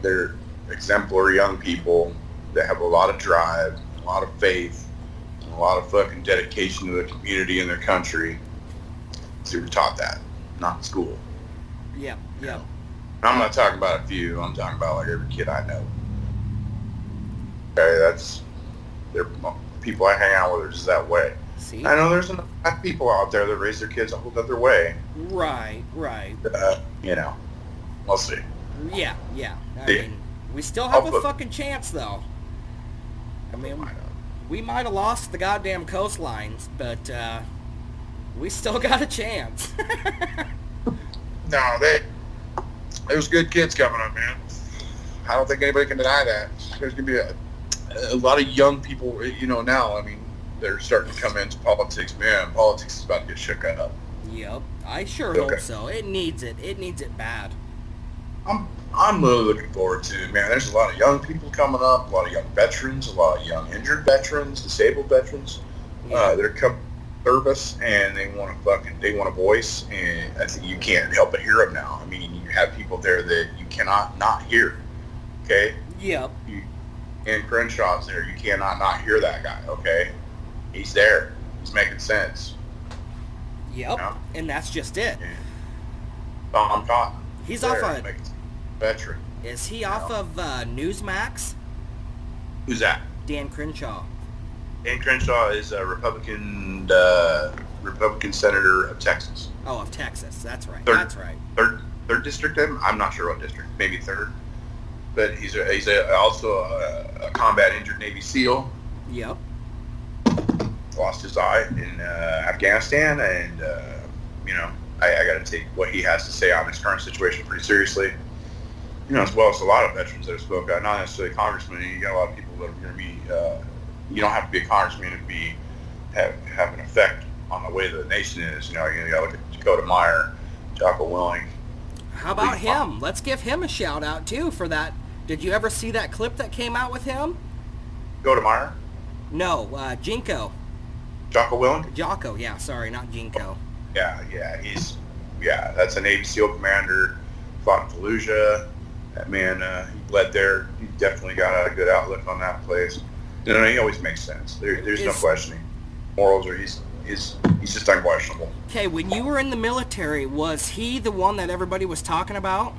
Speaker 2: they're exemplary young people that have a lot of drive, a lot of faith, and a lot of fucking dedication to the community and their country. So we're taught that, not in school.
Speaker 1: Yep, yep.
Speaker 2: And I'm not talking about a few. I'm talking about like every kid I know. Okay, that's they're people I hang out with are just that way.
Speaker 1: See?
Speaker 2: I know there's enough people out there that raise their kids a whole other way.
Speaker 1: Right, right.
Speaker 2: Uh, you know, we'll see.
Speaker 1: Yeah, yeah. I
Speaker 2: Yeah. Oh,
Speaker 1: mean, we still
Speaker 2: I'll
Speaker 1: have a
Speaker 2: put-
Speaker 1: fucking chance though. I mean, we might have lost the goddamn coastlines, but uh we still *laughs* got a chance.
Speaker 2: No, they there's good kids coming up, man. I don't think anybody can deny that. There's gonna be a, a lot of young people, you know. Now, I mean, they're starting to come into politics. Man, politics is about to get shook up.
Speaker 1: yep. I sure
Speaker 2: Okay.
Speaker 1: hope so. It needs it. It needs it bad.
Speaker 2: I'm I'm really looking forward to it, man. There's a lot of young people coming up, a lot of young veterans, a lot of young injured veterans, disabled veterans.
Speaker 1: Yeah.
Speaker 2: Uh, they're come service and they want to fucking they want a voice, and I think you can't help but hear them now. I mean, you have people there that you cannot not hear. Okay,
Speaker 1: yep.
Speaker 2: you, and Crenshaw's there. You cannot not hear that guy. Okay, he's there. He's making sense.
Speaker 1: Yep.
Speaker 2: Yeah.
Speaker 1: And that's just it.
Speaker 2: Yeah. Tom Cotton.
Speaker 1: He's
Speaker 2: there,
Speaker 1: off on.
Speaker 2: making sense. veteran.
Speaker 1: Is he off of uh, Newsmax?
Speaker 2: Who's that?
Speaker 1: Dan Crenshaw.
Speaker 2: Dan Crenshaw is a Republican uh, Republican senator of Texas,
Speaker 1: Oh, of Texas. That's right.
Speaker 2: Third.
Speaker 1: That's right.
Speaker 2: third third district. I'm, I'm not sure what district, maybe third. But he's a, he's a, also a, a combat injured Navy SEAL.
Speaker 1: Yep.
Speaker 2: Lost his eye in uh, Afghanistan, and uh, you know I, I got to take what he has to say on his current situation pretty seriously. You know, as well as a lot of veterans that have spoke out, not necessarily congressmen. You got a lot of people that are going to be. Uh, you don't have to be a congressman to be have, have an effect on the way the nation is. You know, you got to look at Dakota Meyer, Jocko Willing.
Speaker 1: How about him? Let's give him a shout out too for that. Did you ever see that clip that came out with him?
Speaker 2: Dakota Meyer,
Speaker 1: No, uh, Jinko.
Speaker 2: Jocko Willing.
Speaker 1: Jocko, yeah, sorry, not Jinko.
Speaker 2: Yeah, yeah, he's yeah. That's a Navy SEAL commander. Fought in Fallujah. That man, uh, he led there. He definitely got a good outlook on that place. You know, he always makes sense. There, there's no
Speaker 1: It's-
Speaker 2: questioning. Morals are he's he's he's just unquestionable.
Speaker 1: Okay, when you were in the military, was he the one that everybody was talking about?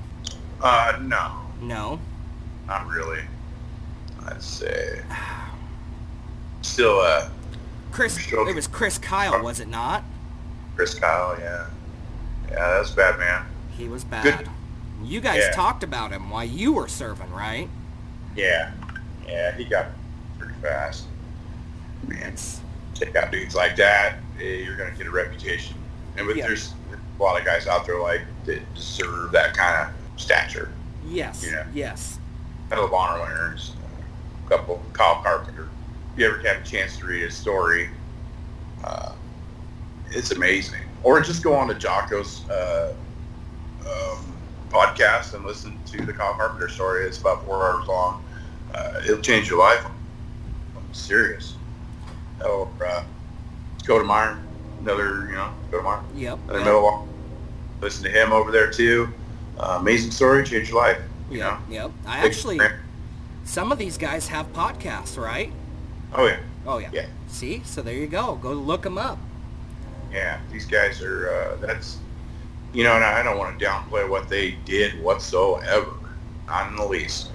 Speaker 2: Uh, no,
Speaker 1: No.
Speaker 2: not really. I'd say still uh
Speaker 1: Chris,
Speaker 2: Sure.
Speaker 1: it was Chris Kyle, was it not?
Speaker 2: Chris Kyle. Yeah, yeah, that was bad, man.
Speaker 1: He was bad. You guys
Speaker 2: Yeah.
Speaker 1: talked about him while you were serving, right?
Speaker 2: Yeah, yeah, he got pretty fast. Man,
Speaker 1: It's,
Speaker 2: take out dudes like that, eh, you're gonna get a reputation. And with
Speaker 1: Yeah.
Speaker 2: there's a lot of guys out there like that deserve that kind of stature.
Speaker 1: yes,
Speaker 2: Yeah.
Speaker 1: yes.
Speaker 2: Medal of Honor winners, a couple, Kyle Carpenter. If you ever have a chance to read his story, uh, it's amazing. Or just go on to Jocko's uh, um, podcast and listen to the Kyle Carpenter story. It's about four hours long. Uh, it'll change your life. I'm serious. Oh, uh, Dakota Meyer, another, you know, Dakota Meyer,
Speaker 1: Yep.
Speaker 2: another
Speaker 1: yep,
Speaker 2: Medal of Honor. Listen to him over there too. Uh, amazing story, change your life. You
Speaker 1: yep,
Speaker 2: know?
Speaker 1: yep. I actually, some of these guys have podcasts, right?
Speaker 2: Oh yeah,
Speaker 1: Oh, yeah.
Speaker 2: yeah,
Speaker 1: See? So there you go. Go look them up.
Speaker 2: yeah. These guys are. Uh, that's, you know, and I don't want to downplay what they did whatsoever, not in the least.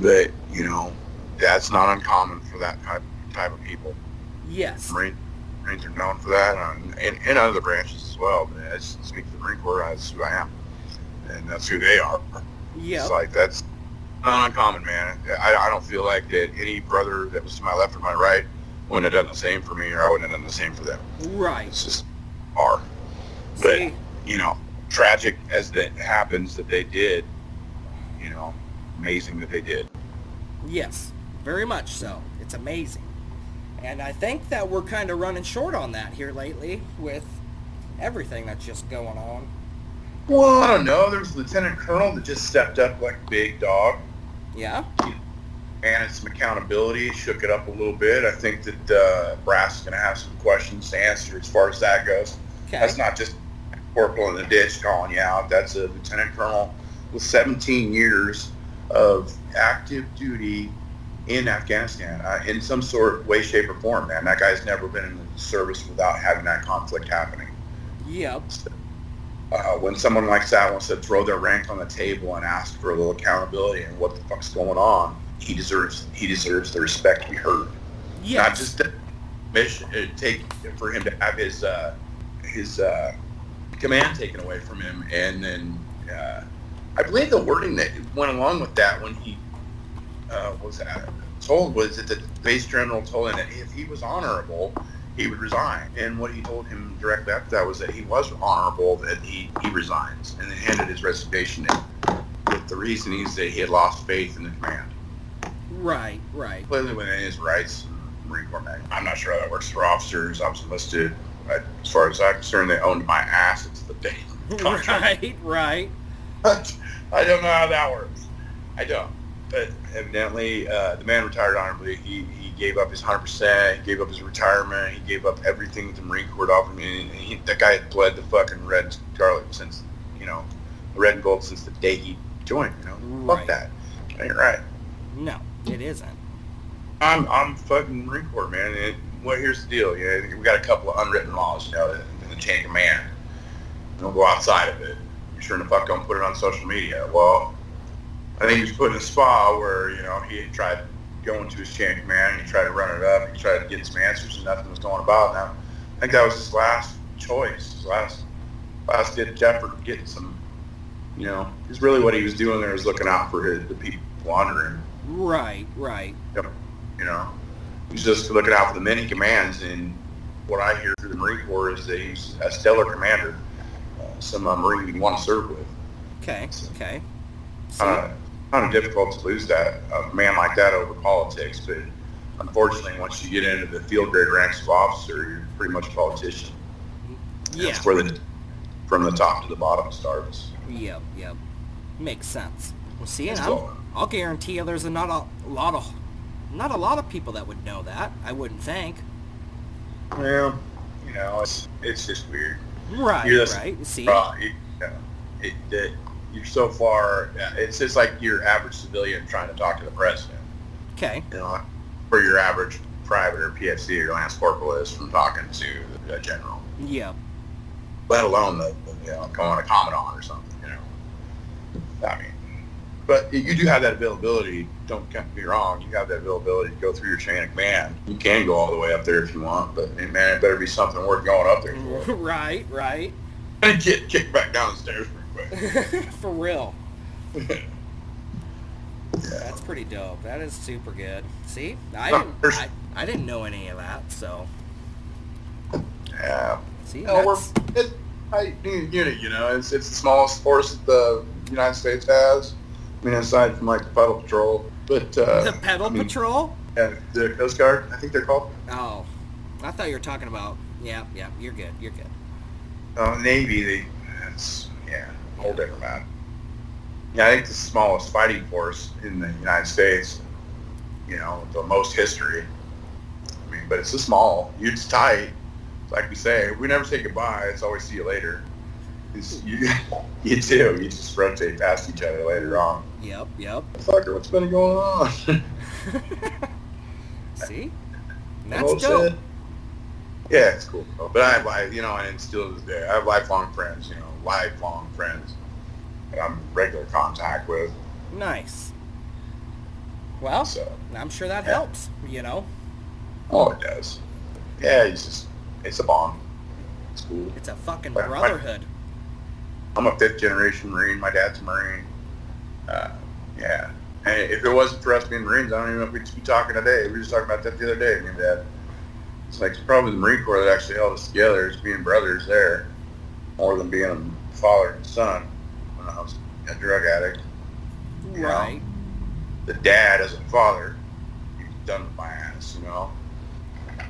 Speaker 2: But you know, that's not uncommon for that type type of people.
Speaker 1: Yes.
Speaker 2: Marine, Marines are known for that, and and, and other branches as well. But I just speak to the Marine Corps. That's who I am, and that's who they are.
Speaker 1: Yep.
Speaker 2: It's like that's not uncommon, man. I, I don't feel like that any brother that was to my left or my right wouldn't have done the same for me, or I wouldn't have done the same for them.
Speaker 1: Right.
Speaker 2: It's just are. But
Speaker 1: See?
Speaker 2: you know, tragic as that happens that they did, you know, amazing that they did.
Speaker 1: Yes. Very much so. It's amazing. And I think that we're kind of running short on that here lately with everything that's just going on.
Speaker 2: Well, I don't know. There was a lieutenant colonel that just stepped up like a big dog,
Speaker 1: Yeah?
Speaker 2: and some accountability, shook it up a little bit. I think that uh, Brass is going to have some questions to answer as far as that goes.
Speaker 1: Okay.
Speaker 2: That's not just corporal in the ditch calling you out. That's a lieutenant colonel with 17 years of active duty in Afghanistan uh, in some sort of way, shape, or form, man. That guy's never been in the service without having that conflict happening.
Speaker 1: Yep.
Speaker 2: Uh, when someone like that wants to throw their rank on the table and ask for a little accountability and what the fuck's going on, he deserves he deserves the respect to be heard
Speaker 1: Yes.
Speaker 2: not just the mission uh, take for him to have his uh, his uh, command taken away from him, and then uh, I believe the wording that went along with that when he uh, was uh, told was that the base general told him that if he was honorable, he would resign. And what he told him directly after that was that he was honorable, that he he resigns, and then handed his resignation in. With the reason is that he had lost faith in the command
Speaker 1: Right, right. *laughs*
Speaker 2: completely within his rights. Marine Corps man. I'm not sure how that works for officers. I was enlisted. but As far as I'm concerned, they owned my ass. It's the day. contract.
Speaker 1: Right, right.
Speaker 2: *laughs* I don't know how that works. I don't. But evidently, uh, the man retired honorably. He, he gave up his 100%. He gave up his retirement. He gave up everything the Marine Corps offered me. And he, that guy had bled the fucking red and scarlet since, you know, red and gold since the day he joined, you know?
Speaker 1: Right.
Speaker 2: Fuck that. Ain't right.
Speaker 1: No, it isn't.
Speaker 2: I'm I'm fucking Marine Corps man. And well, here's the deal. You know, we got a couple of unwritten laws. You know, in the chain of command. Don't go outside of it. You sure the fuck don't put it on social media. Well, I think he was put in a spa where you know he had tried going to his chain of command and he tried to run it up. He tried to get some answers and nothing was going about. Now, I think that was his last choice. His last last ditch effort of getting some. You know, because really what he was doing there was looking out for his, the people under him
Speaker 1: Right, right.
Speaker 2: you know. He's just looking out for the many commands, and what I hear through the Marine Corps is that he's a stellar commander, uh, some uh, Marine you'd want to serve with.
Speaker 1: Okay, okay. See?
Speaker 2: Uh, kind of difficult to lose that a man like that over politics, but unfortunately, once you get into the field grade ranks of officer, you're pretty much a politician.
Speaker 1: Yeah.
Speaker 2: That's where the from the top to the bottom starts.
Speaker 1: Yep. Yep. Makes sense. Well, see, and
Speaker 2: It's
Speaker 1: I'm,
Speaker 2: all-
Speaker 1: I'll guarantee you, there's a, not a lot of, not a lot of people that would know that. I wouldn't think.
Speaker 2: Well, you know, it's it's just weird.
Speaker 1: Right.
Speaker 2: You're the-
Speaker 1: right. See.
Speaker 2: Uh, it, yeah, it, that you're so far. yeah, It's just like your average civilian trying to talk to the president.
Speaker 1: Okay.
Speaker 2: You know, for your average private or PFC or lance corporal is from talking to a general,
Speaker 1: Yep.
Speaker 2: let alone the, the you know going to commandant or something. You know, I mean, but you do have that availability. Don't get me wrong. You have that availability to go through your chain of command. You can go all the way up there if you want, but hey, man, it better be something worth going up there for.
Speaker 1: *laughs* right. Right. *laughs*
Speaker 2: and get kicked back downstairs pretty quick.
Speaker 1: For real.
Speaker 2: Yeah.
Speaker 1: That's pretty dope. That is super good. See, I
Speaker 2: Huh,
Speaker 1: didn't,
Speaker 2: there's-
Speaker 1: I, I didn't know any of that. So,
Speaker 2: Yeah.
Speaker 1: see,
Speaker 2: No, Oh, we're
Speaker 1: that's-
Speaker 2: it's tight knit unit. You know, it's it's the smallest force that the United States has. I mean, aside from like the pedal patrol, but uh,
Speaker 1: *laughs* the pedal
Speaker 2: I mean,
Speaker 1: patrol.
Speaker 2: yeah, the Coast Guard, I think they're called
Speaker 1: Oh, I thought you were talking about. Yeah, yeah. You're good. You're good.
Speaker 2: uh, Navy. They, that's yeah, a whole different map. Yeah, I think the smallest fighting force in the United States. You know, the most history. I mean, but it's a small. It's tight. It's like we say, we never say goodbye. It's always see you later. It's, you, *laughs* you too. You just rotate past each other later on.
Speaker 1: Yep, yep. *laughs*
Speaker 2: Fucker, what's been going on? *laughs*
Speaker 1: See,
Speaker 2: Oh,
Speaker 1: that's
Speaker 2: shit.
Speaker 1: dope.
Speaker 2: Yeah, it's cool. But I have, li- you know, and still to this day, I have lifelong friends, you know, lifelong friends that I'm in regular contact with.
Speaker 1: Nice. Well,
Speaker 2: So,
Speaker 1: I'm sure that
Speaker 2: Yeah.
Speaker 1: helps. You know,
Speaker 2: oh, it does. Yeah, it's just, it's a bond. It's cool.
Speaker 1: it's a fucking
Speaker 2: Well, I-
Speaker 1: brotherhood.
Speaker 2: I'm a fifth generation Marine. My dad's a Marine. Uh, yeah. And if it wasn't for us being Marines, I don't even know if we'd be talking today. We were just talking about that the other day, me and dad. It's like it's probably the Marine Corps that actually held us together is being brothers there more than being a father and son when I was a drug addict. Yeah.
Speaker 1: Right.
Speaker 2: The dad as a father, he was done with my ass, you know?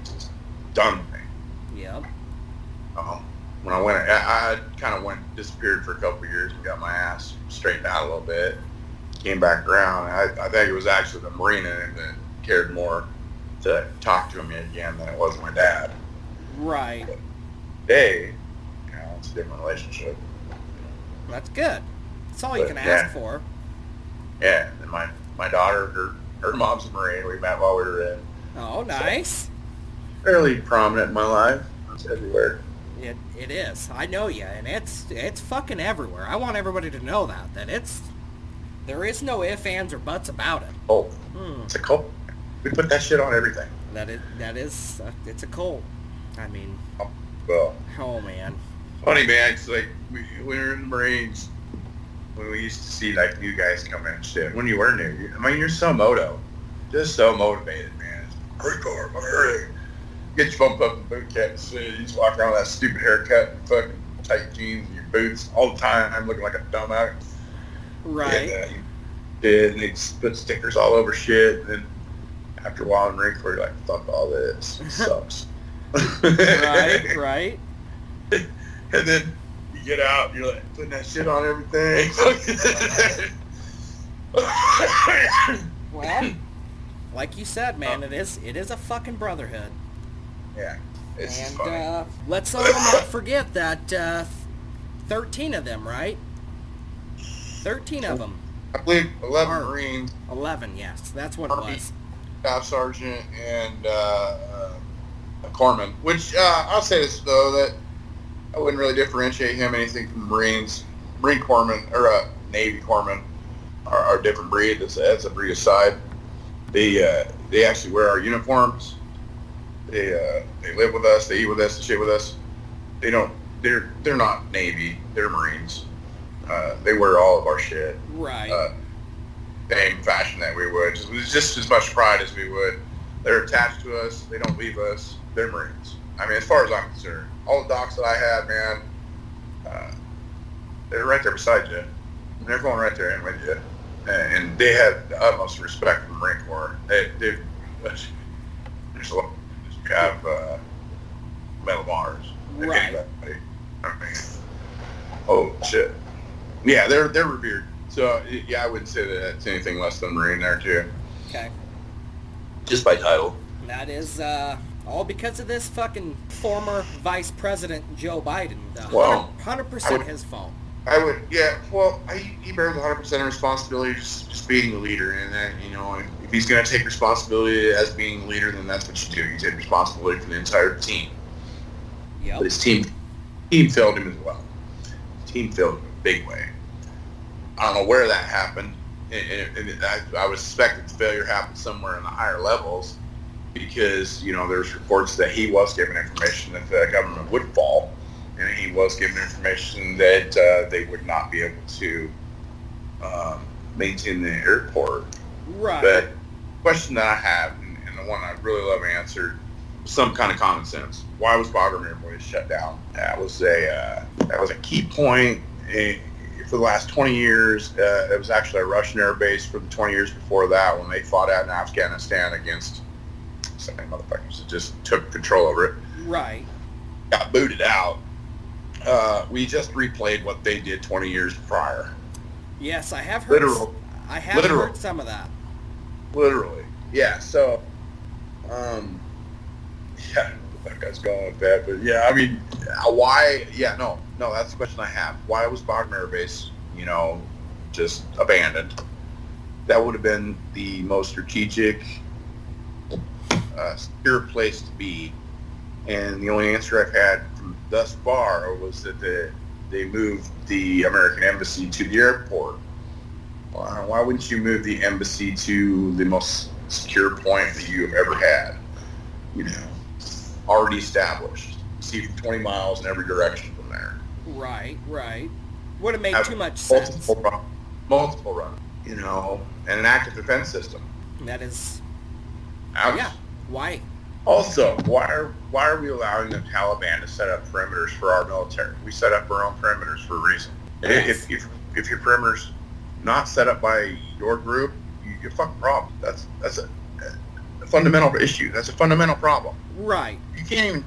Speaker 2: Just done with me.
Speaker 1: Yep.
Speaker 2: Um, when I went, I, I kind of went disappeared for a couple of years and got my ass straightened out a little bit. Came back around. I, I think it was actually the Marine in him that cared more to talk to me again than it was my dad.
Speaker 1: Right.
Speaker 2: Today, you know, it's a different relationship.
Speaker 1: That's good. That's all you
Speaker 2: But,
Speaker 1: can
Speaker 2: yeah.
Speaker 1: ask for.
Speaker 2: Yeah, and my my daughter, her her mom's a Marine. We met while we were in
Speaker 1: Oh, nice.
Speaker 2: fairly prominent in my life. It's everywhere.
Speaker 1: It, it is. I know you, and it's it's fucking everywhere. I want everybody to know that that it's there is no ifs, ands, or buts about it.
Speaker 2: Oh,
Speaker 1: Hmm.
Speaker 2: it's a cult. We put that shit on everything.
Speaker 1: That is that is uh, it's a cult. I mean,
Speaker 2: Well.
Speaker 1: oh man.
Speaker 2: funny man it's like we, we were in the marines when we used to see like new guys come in and shit when you were new you- i mean you're so moto just so motivated man It's hardcore hurry. get your bump up in boot camp and shit. you just walk around with that stupid haircut and fucking tight jeans and your boots all the time i'm looking like a dumbass
Speaker 1: Right.
Speaker 2: and, uh, you did and they put stickers all over shit and then after a while in the marine corps you're like fuck all this
Speaker 1: *laughs*
Speaker 2: it sucks *laughs*
Speaker 1: Right. Right.
Speaker 2: and then you get out, you're like putting that shit on everything. *laughs*
Speaker 1: Well, *coughs* like you said, man, it is it is a fucking brotherhood.
Speaker 2: yeah, it's just
Speaker 1: and
Speaker 2: funny.
Speaker 1: uh, let's all not forget that uh, thirteen of them, right? Thirteen of them.
Speaker 2: I believe 11
Speaker 1: Army.
Speaker 2: Marines,
Speaker 1: Eleven. Yes, that's what it
Speaker 2: Army.
Speaker 1: was.
Speaker 2: staff sergeant, and uh, uh, a corpsman. Which uh, I'll say this though that I wouldn't really differentiate him anything from Marines. Marine corpsman or uh, Navy corpsman are, are a different breed. That's, that's a breed aside. They uh, they actually wear our uniforms. They uh, they live with us. They eat with us. They shit with us. They don't. They're they're not Navy. They're Marines. Uh, they wear all of our shit
Speaker 1: Right.
Speaker 2: uh, same fashion that we would. Just, with just as much pride as we would. They're attached to us. They don't leave us. They're Marines. I mean, as far as I'm concerned, all the docs that I had, man, uh, they're right there beside you. And they're going right there in with you. And, and they had the utmost respect for the Marine Corps. They, they, have uh, metal bars. If
Speaker 1: Right.
Speaker 2: anybody- I mean, oh shit. Yeah, they're they're revered. So y- yeah, I wouldn't say that that's anything less than Marine there too,
Speaker 1: Okay.
Speaker 2: just by title.
Speaker 1: That is uh, all because of this fucking former Vice President Joe Biden.
Speaker 2: Well,
Speaker 1: hundred
Speaker 2: I
Speaker 1: percent
Speaker 2: would-
Speaker 1: his fault.
Speaker 2: I would, yeah. Well, I, he bears 100 percent of responsibility just, just being the leader, and that you know, if he's going to take responsibility as being the leader, then that's what you do. You take responsibility for the entire team.
Speaker 1: Yep.
Speaker 2: But his team, team failed him as well. Team failed him in a big way. I don't know where that happened, and, and, and I, I would suspect that the failure happened somewhere in the higher levels, because you know there's reports that he was given information that the government would fall, and he was given information that uh, they would not be able to um, maintain the airport.
Speaker 1: Right.
Speaker 2: But the question that I have, and, and the one I really love answered, was some kind of common sense. Why was Bogomir Boys shut down? That was a uh, that was a key point in, for the last 20 years. Uh, it was actually a Russian air base for the 20 years before that when they fought out in Afghanistan against some motherfuckers that just took control over it
Speaker 1: right.
Speaker 2: got booted out. Uh, we just replayed what they did 20 years prior.
Speaker 1: Yes, I have heard. s-
Speaker 2: Literal.
Speaker 1: I have
Speaker 2: Literal.
Speaker 1: heard some of that.
Speaker 2: Literally. Yeah, so um yeah, that guy's going with that, but yeah, I mean uh, why yeah, no, no, that's the question I have. Why was Bogmir base, you know, just abandoned? That would have been the most strategic uh, secure place to be. And the only answer I've had from thus far was that the, they moved the American embassy to the airport. Why why wouldn't you move the embassy to the most secure point that you have ever had? You know, already established. See 20 miles in every direction from there.
Speaker 1: Right. Right. Would have made
Speaker 2: Have
Speaker 1: too much sense.
Speaker 2: Multiple run, multiple run. You know, and an active defense system.
Speaker 1: That is.
Speaker 2: Ouch.
Speaker 1: Oh, Yeah. Why?
Speaker 2: Also, why are why are we allowing the Taliban to set up perimeters for our military? We set up our own perimeters for a reason. I- If if, if your perimeters not set up by your group, you, you fucking problem. That's that's a, a fundamental issue. That's a fundamental problem.
Speaker 1: Right.
Speaker 2: You can't even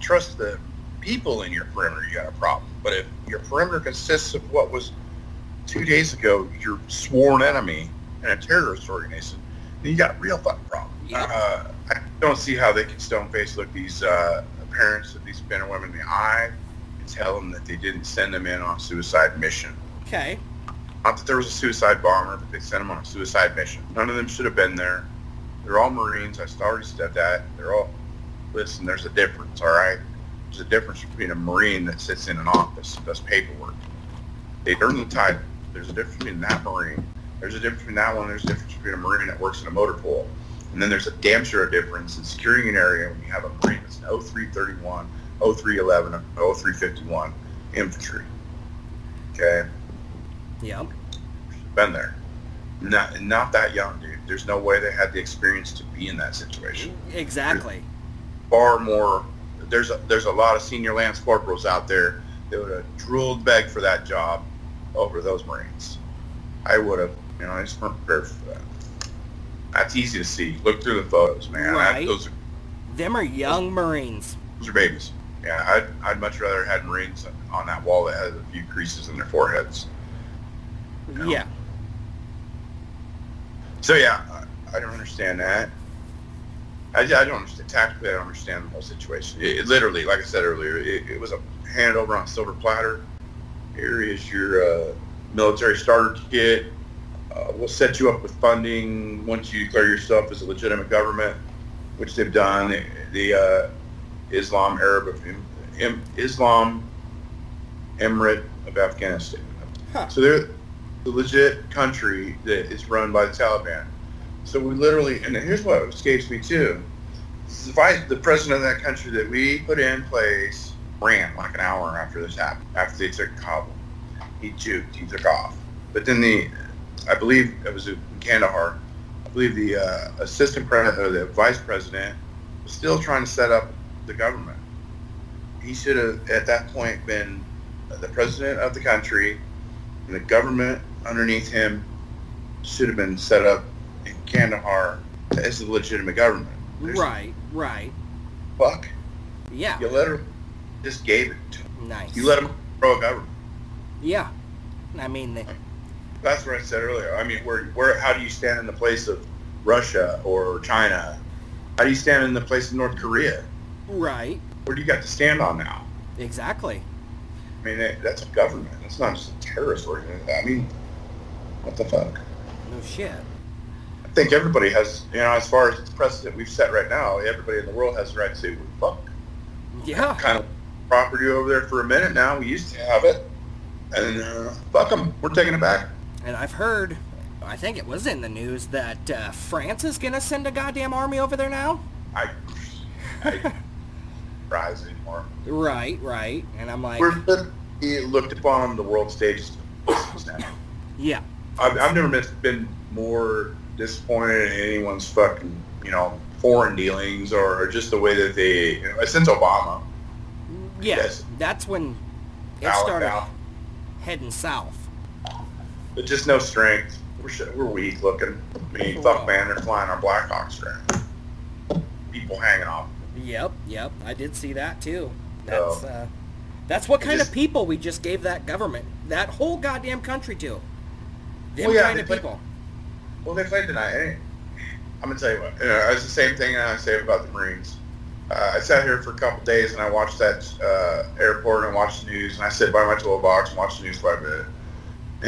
Speaker 2: trust the people in your perimeter. You got a problem. But if your perimeter consists of what was two days ago your sworn enemy and a terrorist organization, then you got a real fucking problem.
Speaker 1: Yep.
Speaker 2: Uh, I don't see how they can stone face look these uh, parents of these men and women in the eye and tell them that they didn't send them in on a suicide mission.
Speaker 1: Okay.
Speaker 2: Not that there was a suicide bomber, but they sent them on a suicide mission. None of them should have been there. They're all Marines. I already said that. They're all. Listen, there's a difference, all right? There's a difference between a Marine that sits in an office and does paperwork. They earn the title. There's a difference between that Marine. There's a difference between that one. There's a difference between a Marine that works in a motor pool. And then there's a damn sure difference in securing an area when you have a Marine that's an 0331, 0311, and 0351 infantry. Okay?
Speaker 1: Yep.
Speaker 2: been there. Not not that young, dude. There's no way they had the experience to be in that situation.
Speaker 1: Exactly.
Speaker 2: Far more. There's a, there's a lot of senior lance corporals out there that would have drooled beg for that job over those Marines. I would have. You know, I just weren't prepared for that. That's easy to see. Look through the photos, man.
Speaker 1: Right.
Speaker 2: I, those are
Speaker 1: Them are young Marines.
Speaker 2: those are babies. Yeah, I'd, I'd much rather had Marines on that wall that had a few creases in their foreheads. Yeah.
Speaker 1: Yeah.
Speaker 2: So yeah, I, I don't understand that. I, I don't understand tactically. I don't understand the whole situation. It, it literally, like I said earlier, it, it was a hand over on a silver platter. Here is your uh, military starter kit. Uh, we'll set you up with funding once you declare yourself as a legitimate government, which they've done. The, uh, Islam Arab of Em- Em- Islam Emirate of Afghanistan.
Speaker 1: Huh.
Speaker 2: So they're the legit country that is run by the Taliban. So we literally, and here's what escapes me too: This is the vice, the president of that country that we put in place ran like an hour after this happened, after they took Kabul. He juked, he took off. But then the, I believe it was in Kandahar. I believe the uh, assistant president or the vice president was still trying to set up the government. He should have at that point been the president of the country and the government underneath him should have been set up in Kandahar as a legitimate government. There's-
Speaker 1: Right. Right.
Speaker 2: fuck?
Speaker 1: Yeah.
Speaker 2: You let him just gave it. to him.
Speaker 1: Nice.
Speaker 2: You let him grow a government.
Speaker 1: Yeah. I mean, they,
Speaker 2: That's what I said earlier. I mean, where where how do you stand in the place of Russia or China? How do you stand in the place of North Korea?
Speaker 1: right.
Speaker 2: What do you got to stand on now?
Speaker 1: Exactly.
Speaker 2: I mean, that, that's a government. That's not just a terrorist organization. I mean, what the fuck?
Speaker 1: No shit.
Speaker 2: I think everybody has, you know, as far as the precedent we've set right now, everybody in the world has the right to say, well, fuck,
Speaker 1: Yeah.
Speaker 2: kind of property over there for a minute now. We used to have it. And uh, fuck them. We're taking it back.
Speaker 1: And I've heard, I think it was in the news, that uh, France is going to send a goddamn army over there now.
Speaker 2: I, I rise anymore.
Speaker 1: Right, right. And I'm like,
Speaker 2: We're literally looked upon on the world stage as pussies now.
Speaker 1: yeah,
Speaker 2: I've, I've never been, been more disappointed in anyone's fucking, you know, foreign dealings or just the way that they, you know, since Obama,
Speaker 1: yeah.
Speaker 2: Yes.
Speaker 1: That's when it
Speaker 2: Out,
Speaker 1: started
Speaker 2: out.
Speaker 1: heading south.
Speaker 2: but just no strength. We're, sh- we're weak looking. I mean, fuck, man, they're flying our Blackhawks around. People hanging off.
Speaker 1: Yep, yep. I did see that too.
Speaker 2: No.
Speaker 1: That's uh, that's what kind of
Speaker 2: just-
Speaker 1: people we just gave that government, that whole goddamn country to. Them
Speaker 2: Well, yeah,
Speaker 1: kind
Speaker 2: they
Speaker 1: of
Speaker 2: put-
Speaker 1: people.
Speaker 2: Well, they played tonight. and I'm gonna tell you what. You know, it's the same thing I say about the Marines. Uh, I sat here for a couple days and I watched that uh, airport and I watched the news and I sit by my toolbox and watch the news quite a bit.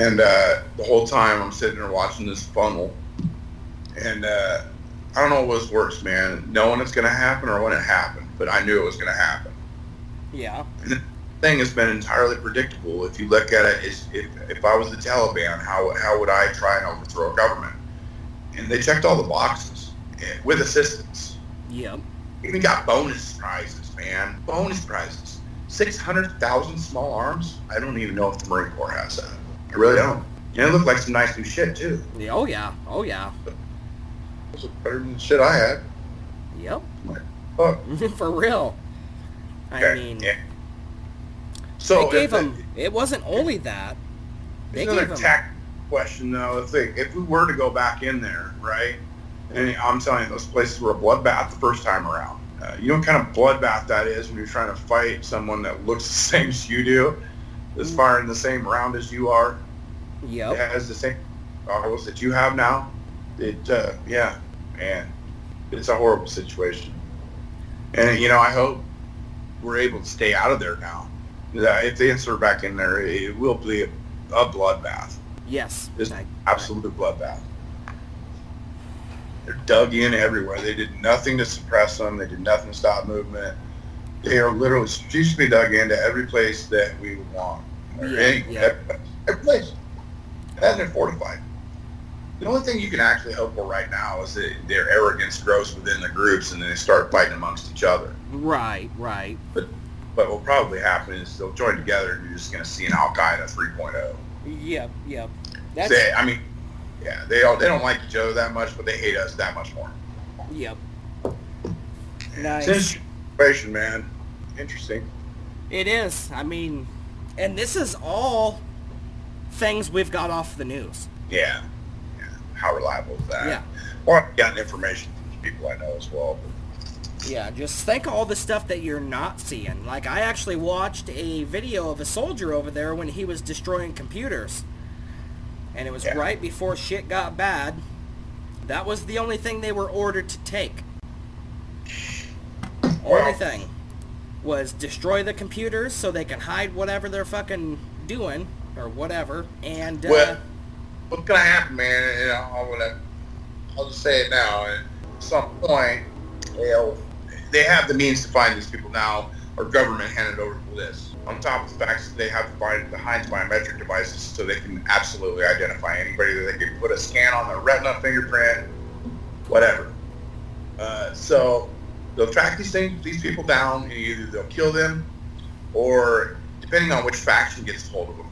Speaker 2: And uh, the whole time I'm sitting there watching this funnel. And uh, I don't know what was worse, man, knowing it's gonna happen or when it happened, but I knew it was gonna happen
Speaker 1: Yeah.
Speaker 2: thing has been entirely predictable. If you look at it, is if, if I was the Taliban, how, how would I try and overthrow a government? And they checked all the boxes eh, with assistance.
Speaker 1: Yep.
Speaker 2: Even got bonus prizes, man. Bonus prizes. 600,000 small arms? I don't even know if the Marine Corps has that. I really don't. And it looked like some nice new shit, too.
Speaker 1: Yeah, Oh yeah. Oh yeah.
Speaker 2: Those look better than the shit I had.
Speaker 1: Yep. *laughs*
Speaker 2: Fuck.
Speaker 1: For real. I
Speaker 2: Okay,
Speaker 1: mean,
Speaker 2: yeah. So uh,
Speaker 1: they gave
Speaker 2: if they-
Speaker 1: them. It wasn't only that. They
Speaker 2: It's another
Speaker 1: gave them.
Speaker 2: tech question though. If they, if we were to go back in there, right? And
Speaker 1: Mm-hmm.
Speaker 2: I'm telling you, those places were a bloodbath the first time around. Uh, you know what kind of bloodbath that is when you're trying to fight someone that looks *laughs* the same as you do, that's firing the same round as you are,
Speaker 1: Mm-hmm. Yep.
Speaker 2: that has the same goggles that you have now. It, uh, yeah, man, it's a horrible situation. And you know, I hope we're able to stay out of there now. Uh, If they insert back in there, it will be a, a bloodbath
Speaker 1: Yes.
Speaker 2: Just
Speaker 1: I-
Speaker 2: absolute bloodbath. They're dug in everywhere. They did nothing to suppress them. They did nothing to stop movement. They are literally strategically dug into every place that we want. Or
Speaker 1: Yeah,
Speaker 2: any,
Speaker 1: yeah.
Speaker 2: Every, place- every place. And they're fortified. The only thing you can actually hope for right now is that their arrogance grows within the groups and then they start fighting amongst each other.
Speaker 1: Right. Right.
Speaker 2: But what will probably happen is they'll join together and you're just going to see an Al-Qaeda oh. 3.0.
Speaker 1: Yep. Yep. That's.
Speaker 2: They- I mean, yeah, they all they don't like each other that much, but they hate us that much more.
Speaker 1: Yep.
Speaker 2: It's
Speaker 1: Nice.
Speaker 2: an interesting situation, man. Interesting.
Speaker 1: It is. I mean, and this is all things we've got off the news.
Speaker 2: Yeah. yeah. How reliable is that?
Speaker 1: Yeah.
Speaker 2: Well, I've gotten information from people I know as well.
Speaker 1: Yeah, just think all the stuff that you're not seeing. Like I actually watched a video of a soldier over there when he was destroying computers. And it was
Speaker 2: Yeah.
Speaker 1: right before shit got bad. That was the only thing they were ordered to take.
Speaker 2: Well-
Speaker 1: only thing was destroy the computers so they can hide whatever they're fucking doing or whatever. And uh,
Speaker 2: Well- What's gonna happen, man? You know, I'm gonna, I'll just say it now. At some point, you know, they have the means to find these people now. Our government handed over to this. On top of the fact that they have to find the Heinz biometric devices so they can absolutely identify anybody that they can put a scan on their retina fingerprint, whatever. Uh, so they'll track these things, these people down, and either they'll kill them, or depending on which faction gets hold of them,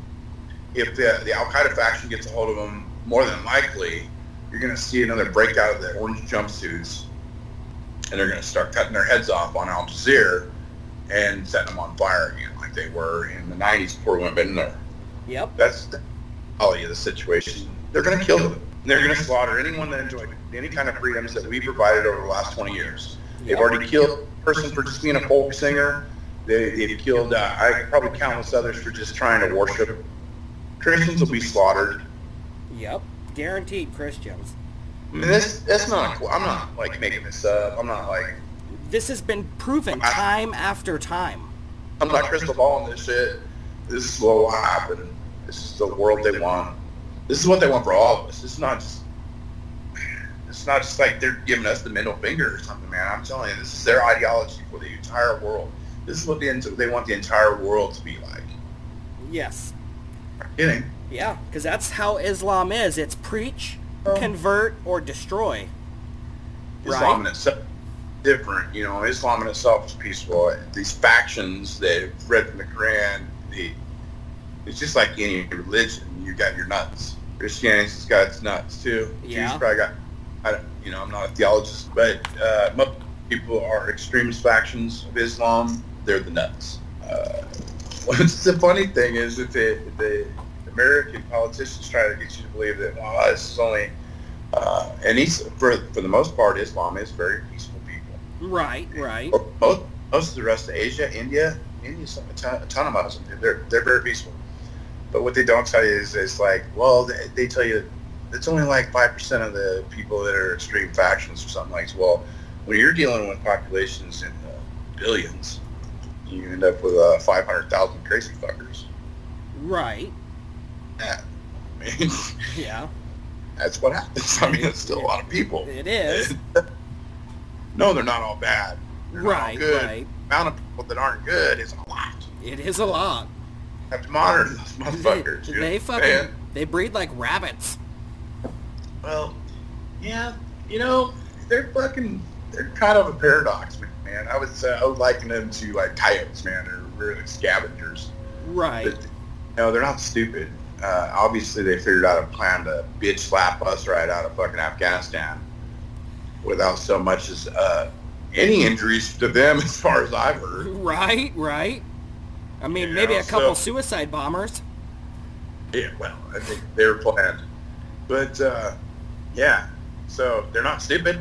Speaker 2: if the, the Al Qaeda faction gets a hold of them, more than likely, you're going to see another breakout of the orange jumpsuits, and they're going to start cutting their heads off on Al Jazeera and setting them on fire again, like they were in the '90s before we went in there.
Speaker 1: yep,
Speaker 2: That's the reality of the situation. They're going to kill them. They're going to slaughter anyone that enjoyed any kind of freedoms that we provided over the last 20 years. They've already killed a person for just being a folk singer. They, they've killed, uh, I probably countless others for just trying to worship. Christians will be slaughtered.
Speaker 1: Yep. Guaranteed Christians.
Speaker 2: I mean, that's that's not. cool. I'm not like making this up. I'm not like
Speaker 1: This has been proven time after time.
Speaker 2: I'm not crystal balling this shit. This is what will happen. This is the world they want. This is what they want for all of us. It's not just. It's not just like they're giving us the middle finger or something, man. I'm telling you, this is their ideology for the entire world. This is what the, they want the entire world to be like.
Speaker 1: Yes.
Speaker 2: Not kidding.
Speaker 1: Yeah, because that's how Islam is. It's preach, convert, or destroy.
Speaker 2: Islam
Speaker 1: Right.
Speaker 2: in itself different. You know, Islam in itself is peaceful. These factions that read from the Quran, the it's just like any religion. You got your nuts. Christianity's got its nuts too.
Speaker 1: Yeah.
Speaker 2: Jews probably got. I don't, you know, I'm not a theologist, but uh, most people are extremist factions of Islam. They're the nuts. Uh, *laughs* what's the funny thing is that the, the American politicians try to get you to believe that well, this is only uh, and he's for for the most part, Islam is very peaceful people.
Speaker 1: Right, right.
Speaker 2: Most, most of the rest of Asia, India, India, a ton, a ton of Muslims, they're they're very peaceful. But what they don't tell you is it's like, well, they, they tell you it's only like five percent of the people that are extreme factions or something like. Well, when you're dealing with populations in the billions, you end up with uh, five hundred thousand crazy fuckers.
Speaker 1: Right.
Speaker 2: Yeah. I mean, *laughs*
Speaker 1: Yeah,
Speaker 2: that's what happens. I mean, it's still a lot of people.
Speaker 1: it is.
Speaker 2: *laughs* no, they're not all bad. They're not all
Speaker 1: Right,
Speaker 2: good.
Speaker 1: right.
Speaker 2: amount of people that aren't good is a lot.
Speaker 1: It is
Speaker 2: *laughs*
Speaker 1: a lot.
Speaker 2: Have to monitor those motherfuckers.
Speaker 1: *laughs* They,
Speaker 2: you know
Speaker 1: they
Speaker 2: what I'm
Speaker 1: fucking
Speaker 2: saying?
Speaker 1: they breed like rabbits.
Speaker 2: Well, yeah, you know, they're fucking. They're kind of a paradox, man. I was uh, I would liken them to like coyotes, man. They're really scavengers.
Speaker 1: Right.
Speaker 2: But, no, they're not stupid. Uh, obviously, they figured out a plan to bitch slap us right out of fucking Afghanistan without so much as uh, any injuries to them, *laughs* as far as I've heard.
Speaker 1: *laughs* Right, right. I mean,
Speaker 2: You
Speaker 1: maybe
Speaker 2: know,
Speaker 1: a couple
Speaker 2: so-
Speaker 1: suicide bombers.
Speaker 2: Yeah, well, I think they were planned. But, uh, yeah, so they're not stupid.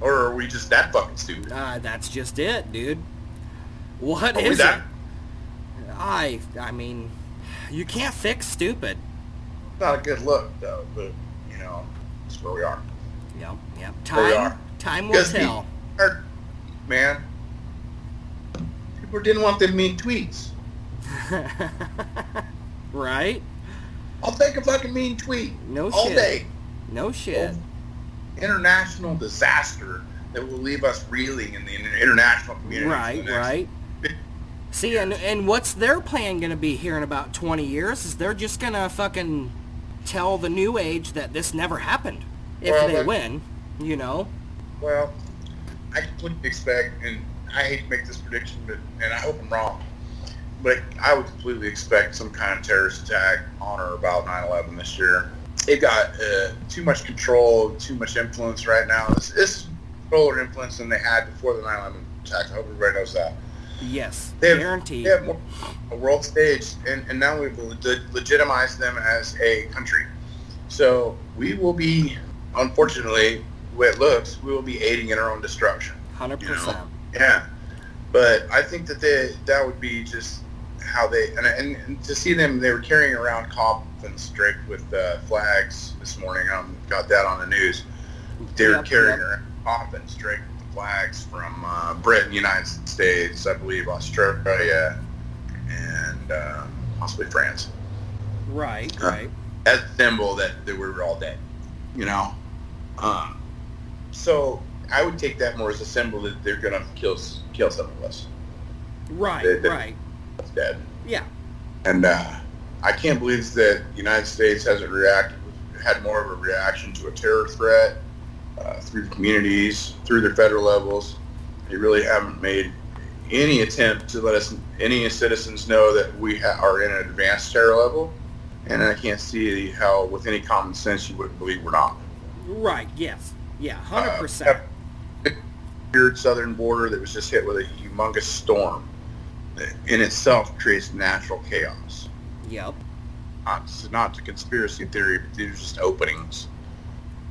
Speaker 2: Or are we just that fucking stupid?
Speaker 1: Uh, that's just it, dude. What
Speaker 2: Are we
Speaker 1: is
Speaker 2: that?
Speaker 1: it? I I mean, you can't fix stupid.
Speaker 2: Not a good look, though, but, you know, that's where we are.
Speaker 1: Yep, yep.
Speaker 2: There we
Speaker 1: Time
Speaker 2: are.
Speaker 1: time will
Speaker 2: Because the-
Speaker 1: tell.
Speaker 2: our- man, people didn't want them mean tweets.
Speaker 1: *laughs* right?
Speaker 2: I'll take a fucking mean tweet
Speaker 1: No
Speaker 2: all
Speaker 1: shit.
Speaker 2: day.
Speaker 1: No
Speaker 2: Oh,
Speaker 1: shit.
Speaker 2: International disaster that will leave us reeling in the inter- international community. for the
Speaker 1: right,
Speaker 2: next- *laughs*
Speaker 1: right. See, and and what's their plan gonna be here in about 20 years? Is they're just gonna fucking tell the new age that this never happened if
Speaker 2: Well,
Speaker 1: they
Speaker 2: that-
Speaker 1: win, you know?
Speaker 2: Well, I completely expect, and I hate to make this prediction, but and I hope I'm wrong, but I would completely expect some kind of terrorist attack on or about 9/11 this year. They've got uh, too much control, too much influence right now. This, this is control or influence than they had before the 9/11 attack. I hope everybody knows that.
Speaker 1: Yes,
Speaker 2: They have,
Speaker 1: guaranteed.
Speaker 2: They have more, a world stage, and, and now we've le- legitimized them as a country. So we will be, unfortunately, the way it looks, we will be aiding in our own destruction.
Speaker 1: 100%.
Speaker 2: Yeah, but I think that they that would be just how they and, and, and to see them they were carrying around coffins draped with uh, flags this morning. Um, got that on the news. They were
Speaker 1: Yep,
Speaker 2: carrying
Speaker 1: yep.
Speaker 2: around coffins draped with flags from uh, Britain, United States, I believe, Australia, and um, possibly France.
Speaker 1: Right,
Speaker 2: Uh,
Speaker 1: right.
Speaker 2: That's a symbol that, that we were all dead. You know. Um, so I would take that more as a symbol that they're gonna kill s- kill some of us.
Speaker 1: Right,
Speaker 2: they- they-
Speaker 1: right.
Speaker 2: It's dead.
Speaker 1: Yeah.
Speaker 2: And uh, I can't believe that the United States hasn't reacted, had more of a reaction to a terror threat uh, through communities, through their federal levels. They really haven't made any attempt to let us, any citizens know that we ha- are in an advanced terror level. And I can't see how, with any common sense, you wouldn't believe we're not.
Speaker 1: Right, yes. Yeah,
Speaker 2: Uh,
Speaker 1: 100%.
Speaker 2: Weird southern border that was just hit with a humongous storm that in itself creates natural chaos.
Speaker 1: yep.
Speaker 2: not, not the conspiracy theory, but these are just openings.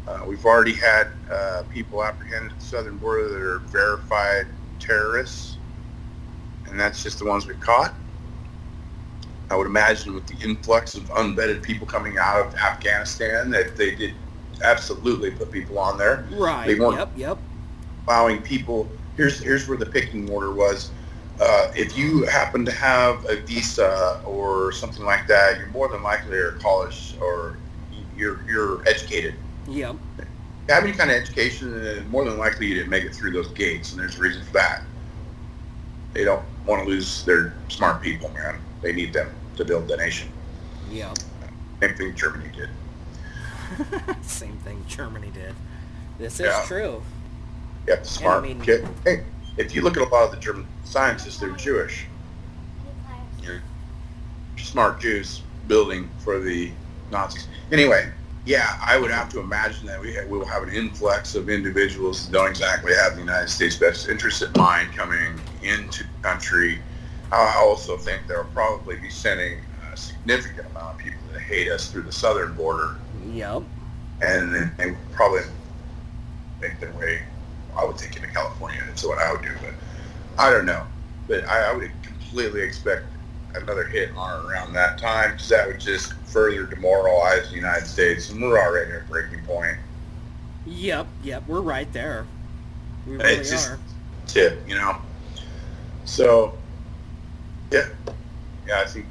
Speaker 2: Uh, we've already had uh, people apprehended at the southern border that are verified terrorists, and that's just the ones we've caught. I would imagine with the influx of unvetted people coming out of Afghanistan, that they did absolutely put people on there,
Speaker 1: Right.
Speaker 2: They want-
Speaker 1: Yep. Yep.
Speaker 2: allowing people. Here's here's where the picking order was. Uh, if you happen to have a visa or something like that, you're more than likely a college or you're you're educated.
Speaker 1: Yep.
Speaker 2: have any kind of education, and more than likely you didn't make it through those gates, and there's a reason for that. They don't want to lose their smart people, man. They need them to build the nation.
Speaker 1: Yep.
Speaker 2: Same thing Germany did.
Speaker 1: *laughs* Same thing Germany did. This
Speaker 2: Yeah.
Speaker 1: is true.
Speaker 2: You have to smart
Speaker 1: mean-
Speaker 2: kid. Hey, if you look at a lot of the German scientists, they're Jewish. You're smart Jews building for the Nazis. Anyway, yeah, I would have to imagine that we, ha- we will have an influx of individuals that don't exactly have the United States' best interest in mind coming into the country. I also think there will probably be sending a significant amount of people that hate us through the southern border,
Speaker 1: Yep.
Speaker 2: and then they will probably make their way, I would think, into California. That's what I would do, but I don't know. But I, I would completely expect another hit on around that time because that would just further demoralize the United States, and we're already at a breaking point.
Speaker 1: Yep. Yep. We're right there. We really
Speaker 2: It's just-
Speaker 1: are.
Speaker 2: Tip, you know. So, yeah, yeah, I think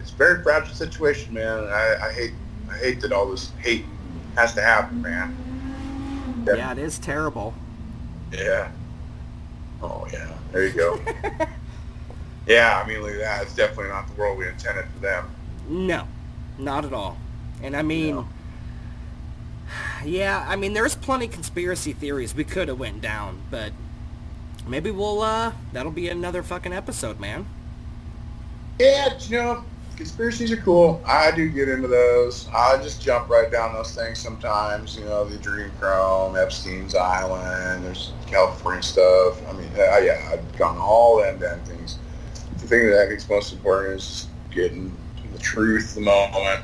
Speaker 2: it's a very fragile situation, man. I, I hate, I hate that all this hate has to happen, man.
Speaker 1: Yeah. it is terrible.
Speaker 2: Yeah. Oh yeah. There you *laughs* go. yeah, I mean, look at that. It's definitely not the world we intended for them.
Speaker 1: *laughs* No, not at all. And I mean,
Speaker 2: No.
Speaker 1: yeah, I mean, there's plenty conspiracy theories we could have went down, but maybe we'll uh, that'll be another fucking episode, man.
Speaker 2: Yeah, you know, conspiracies are cool. I do get into those. I just jump right down those things sometimes. You know, the Dream Chrome, Epstein's Island. There's California stuff. I mean, uh, yeah, I've gone all them damn things. The thing that I think is most important is just getting the truth the moment,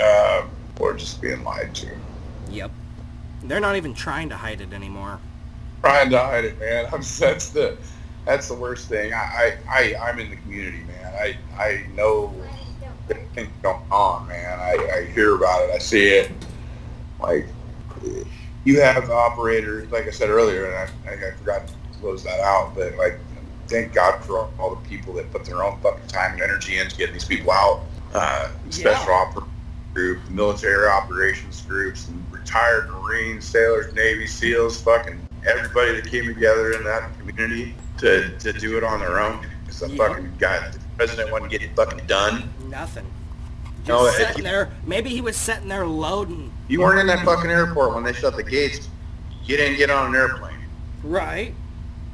Speaker 2: uh, or just being lied to.
Speaker 1: Yep. They're not even trying to hide it anymore.
Speaker 2: trying to hide it, man. *laughs* I'm that's the that's the worst thing. I I, I I'm in the community, man. I I know things going on, man. I, I hear about it. I see it. Like you have operators, like I said earlier, and I, I, I forgot to close that out, but like thank God for all, all the people that put their own fucking time and energy into getting these people out. Uh, special oper group, the military operations groups, and retired Marines, sailors, Navy SEALs, fucking everybody that came together in that community to, to do it on their own. Because the
Speaker 1: Yeah.
Speaker 2: fucking guy, the president wasn't getting fucking done.
Speaker 1: Nothing. Just
Speaker 2: No, it-
Speaker 1: sitting there. Maybe he was sitting there loading.
Speaker 2: You weren't in that fucking airport when they shut the gates. You didn't get on an airplane.
Speaker 1: Right.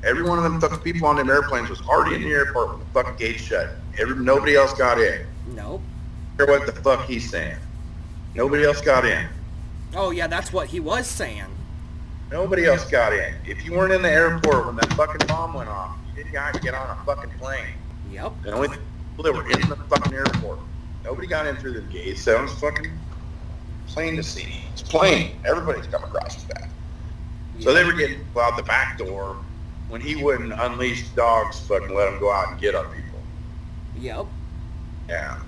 Speaker 2: Every one of them fucking people on them airplanes was already in the airport when the fucking gates shut. Every, nobody else got in.
Speaker 1: Nope.
Speaker 2: Hear what the fuck he's saying. Nobody else got in.
Speaker 1: Oh yeah, that's what he was saying.
Speaker 2: Nobody else got in. If you weren't in the airport when that fucking bomb went off, you did not get on a fucking plane.
Speaker 1: Yep.
Speaker 2: The only people that were in the fucking airport. Nobody got in through the gates. That was fucking plain to see. It's plain. Everybody's come across with that. So they were getting people out the back door when he wouldn't unleash dogs fucking let them go out and get on people.
Speaker 1: Yep.
Speaker 2: Yeah.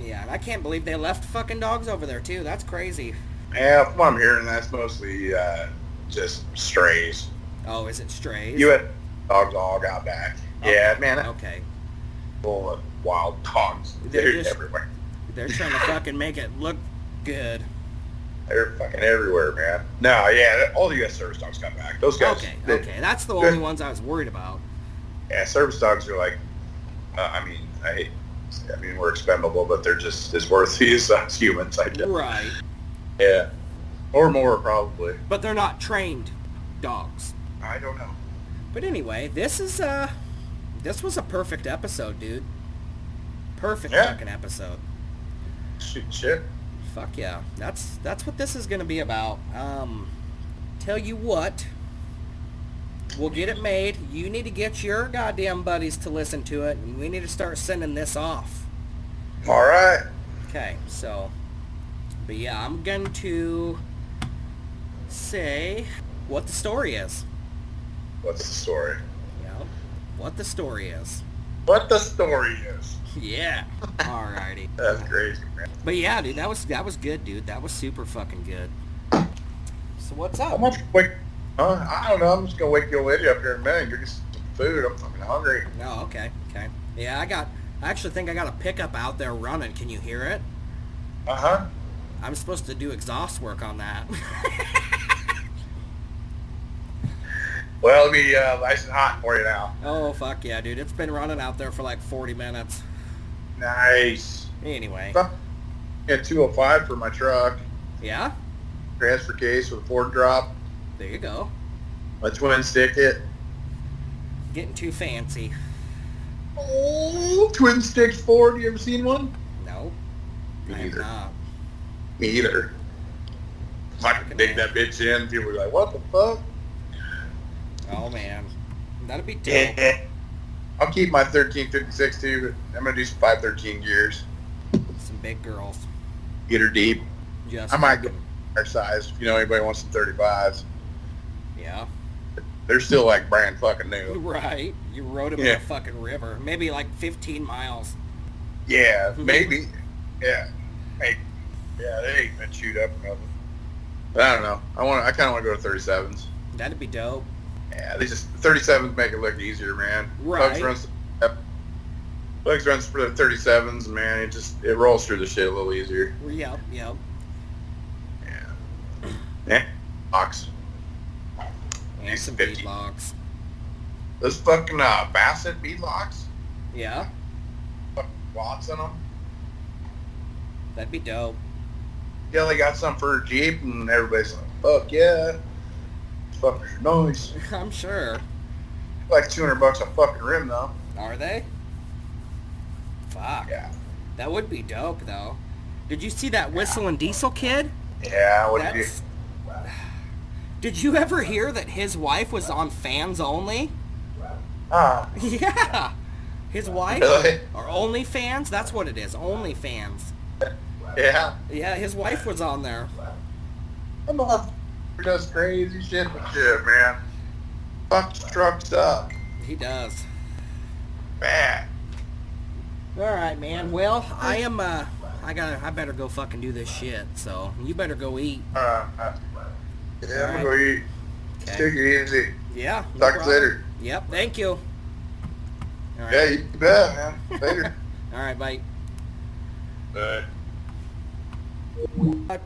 Speaker 1: Yeah, and I can't believe they left fucking dogs over there too. That's crazy.
Speaker 2: Yeah, from what I'm hearing, that's mostly uh, just strays.
Speaker 1: Oh, is it strays?
Speaker 2: You had dogs all got back. Yeah, man, that
Speaker 1: Okay.
Speaker 2: full of wild dogs.
Speaker 1: They're
Speaker 2: They're
Speaker 1: just-
Speaker 2: everywhere.
Speaker 1: They're trying to fucking make it look good.
Speaker 2: They're fucking everywhere, man. No, yeah, all the U.S. service dogs got back. Those guys.
Speaker 1: Okay,
Speaker 2: they-
Speaker 1: okay. That's the only ones I was worried about.
Speaker 2: Yeah, service dogs are like, uh, I mean, I, I mean, we're expendable, but they're just as worthy *laughs* as us humans, I guess.
Speaker 1: Right.
Speaker 2: Yeah, or more probably.
Speaker 1: But they're not trained dogs.
Speaker 2: I don't know.
Speaker 1: But anyway, this is uh this was a perfect episode, dude. Perfect
Speaker 2: Yeah.
Speaker 1: fucking episode.
Speaker 2: Shoot, shit.
Speaker 1: Fuck yeah. That's that's what this is gonna be about. Um tell you what. We'll get it made. You need to get your goddamn buddies to listen to it and we need to start sending this off.
Speaker 2: All right.
Speaker 1: Okay, so but yeah, I'm going to say what the story is.
Speaker 2: What's the story?
Speaker 1: Yep. What the story is. *laughs*
Speaker 2: What the story is?
Speaker 1: Yeah. Alrighty.
Speaker 2: That's crazy, man.
Speaker 1: But yeah, dude, that was that was good, dude. That was super fucking good. So what's
Speaker 2: How
Speaker 1: up?
Speaker 2: much wake? Uh, I don't know. I'm just gonna wake your lady up here in a minute. You're just some food. I'm fucking hungry.
Speaker 1: Oh, okay, okay. Yeah, I got. I actually think I got a pickup out there running. Can you hear it?
Speaker 2: Uh huh.
Speaker 1: I'm supposed to do exhaust work on that. *laughs*
Speaker 2: Well, it'll be uh, nice and hot for you now.
Speaker 1: oh fuck yeah, dude! It's been running out there for like 40 minutes.
Speaker 2: Nice.
Speaker 1: Anyway,
Speaker 2: Huh. Got 205 for my truck.
Speaker 1: yeah.
Speaker 2: Transfer case with a Ford drop.
Speaker 1: There you go.
Speaker 2: My twin stick it.
Speaker 1: Getting too fancy.
Speaker 2: Oh, twin sticks Ford. You ever seen one?
Speaker 1: No,
Speaker 2: Me
Speaker 1: I have
Speaker 2: either.
Speaker 1: not.
Speaker 2: Me either. Fucking dig that bitch in. People were like, what the fuck?
Speaker 1: Oh man, that'd be dope.
Speaker 2: Yeah. I'll keep my 1356 too, but I'm going to do some 513 gears.
Speaker 1: Some big girls.
Speaker 2: Get her deep.
Speaker 1: Just.
Speaker 2: I might go
Speaker 1: fucking-
Speaker 2: our size. If you know anybody wants some 35s, *laughs*
Speaker 1: Yeah. *laughs*
Speaker 2: they're still like brand fucking new.
Speaker 1: Right. You rode him in
Speaker 2: Yeah.
Speaker 1: a fucking river. Maybe like 15 miles.
Speaker 2: Yeah, maybe. Yeah. Hey, yeah, they ain't been chewed up or nothing. But I don't know. I want. I kind of want to go to 37s.
Speaker 1: That'd be dope.
Speaker 2: Yeah, they just 37s make it look easier, man.
Speaker 1: Right.
Speaker 2: Bugs runs. Yep. Bugs runs for the 37s, man. It just it rolls through the shit a little easier.
Speaker 1: Yep. Yep.
Speaker 2: Yeah. Yeah. Ox.
Speaker 1: And some
Speaker 2: 50.
Speaker 1: beadlocks.
Speaker 2: Those fucking uh, Bassett beadlocks.
Speaker 1: Yeah.
Speaker 2: Fucking Watts in them.
Speaker 1: That'd be dope. *laughs*
Speaker 2: Yeah, they got some for a Jeep, and everybody's like, "Fuck yeah, fuckers are nice."
Speaker 1: I'm sure.
Speaker 2: Like two hundred bucks a fucking rim though.
Speaker 1: Are they? Fuck.
Speaker 2: Yeah,
Speaker 1: That would be dope though. Did you see that whistling diesel kid?
Speaker 2: yeah. What do you?
Speaker 1: That's *sighs* Did you ever hear that his wife was on fans only? *laughs*
Speaker 2: Ah,
Speaker 1: Yeah.
Speaker 2: *laughs*
Speaker 1: His wife
Speaker 2: really?
Speaker 1: or only fans? That's what it is. Only fans.
Speaker 2: Yeah.
Speaker 1: Yeah, his wife was on there.
Speaker 2: That motherfucker does crazy shit with shit, man. Fucks trucks up,
Speaker 1: He does.
Speaker 2: bad.
Speaker 1: All right, man. Well, I am. Uh, I got. to I better go fucking do this shit. So you better go eat.
Speaker 2: Uh, uh, yeah, I'm gonna go eat.
Speaker 1: Okay.
Speaker 2: Take it easy.
Speaker 1: Yeah. no
Speaker 2: Talk to you
Speaker 1: problem.
Speaker 2: later.
Speaker 1: Yep. Thank you. All right.
Speaker 2: Yeah, you bet, man.
Speaker 1: *laughs*
Speaker 2: Later.
Speaker 1: All right. Bye.
Speaker 2: Bye.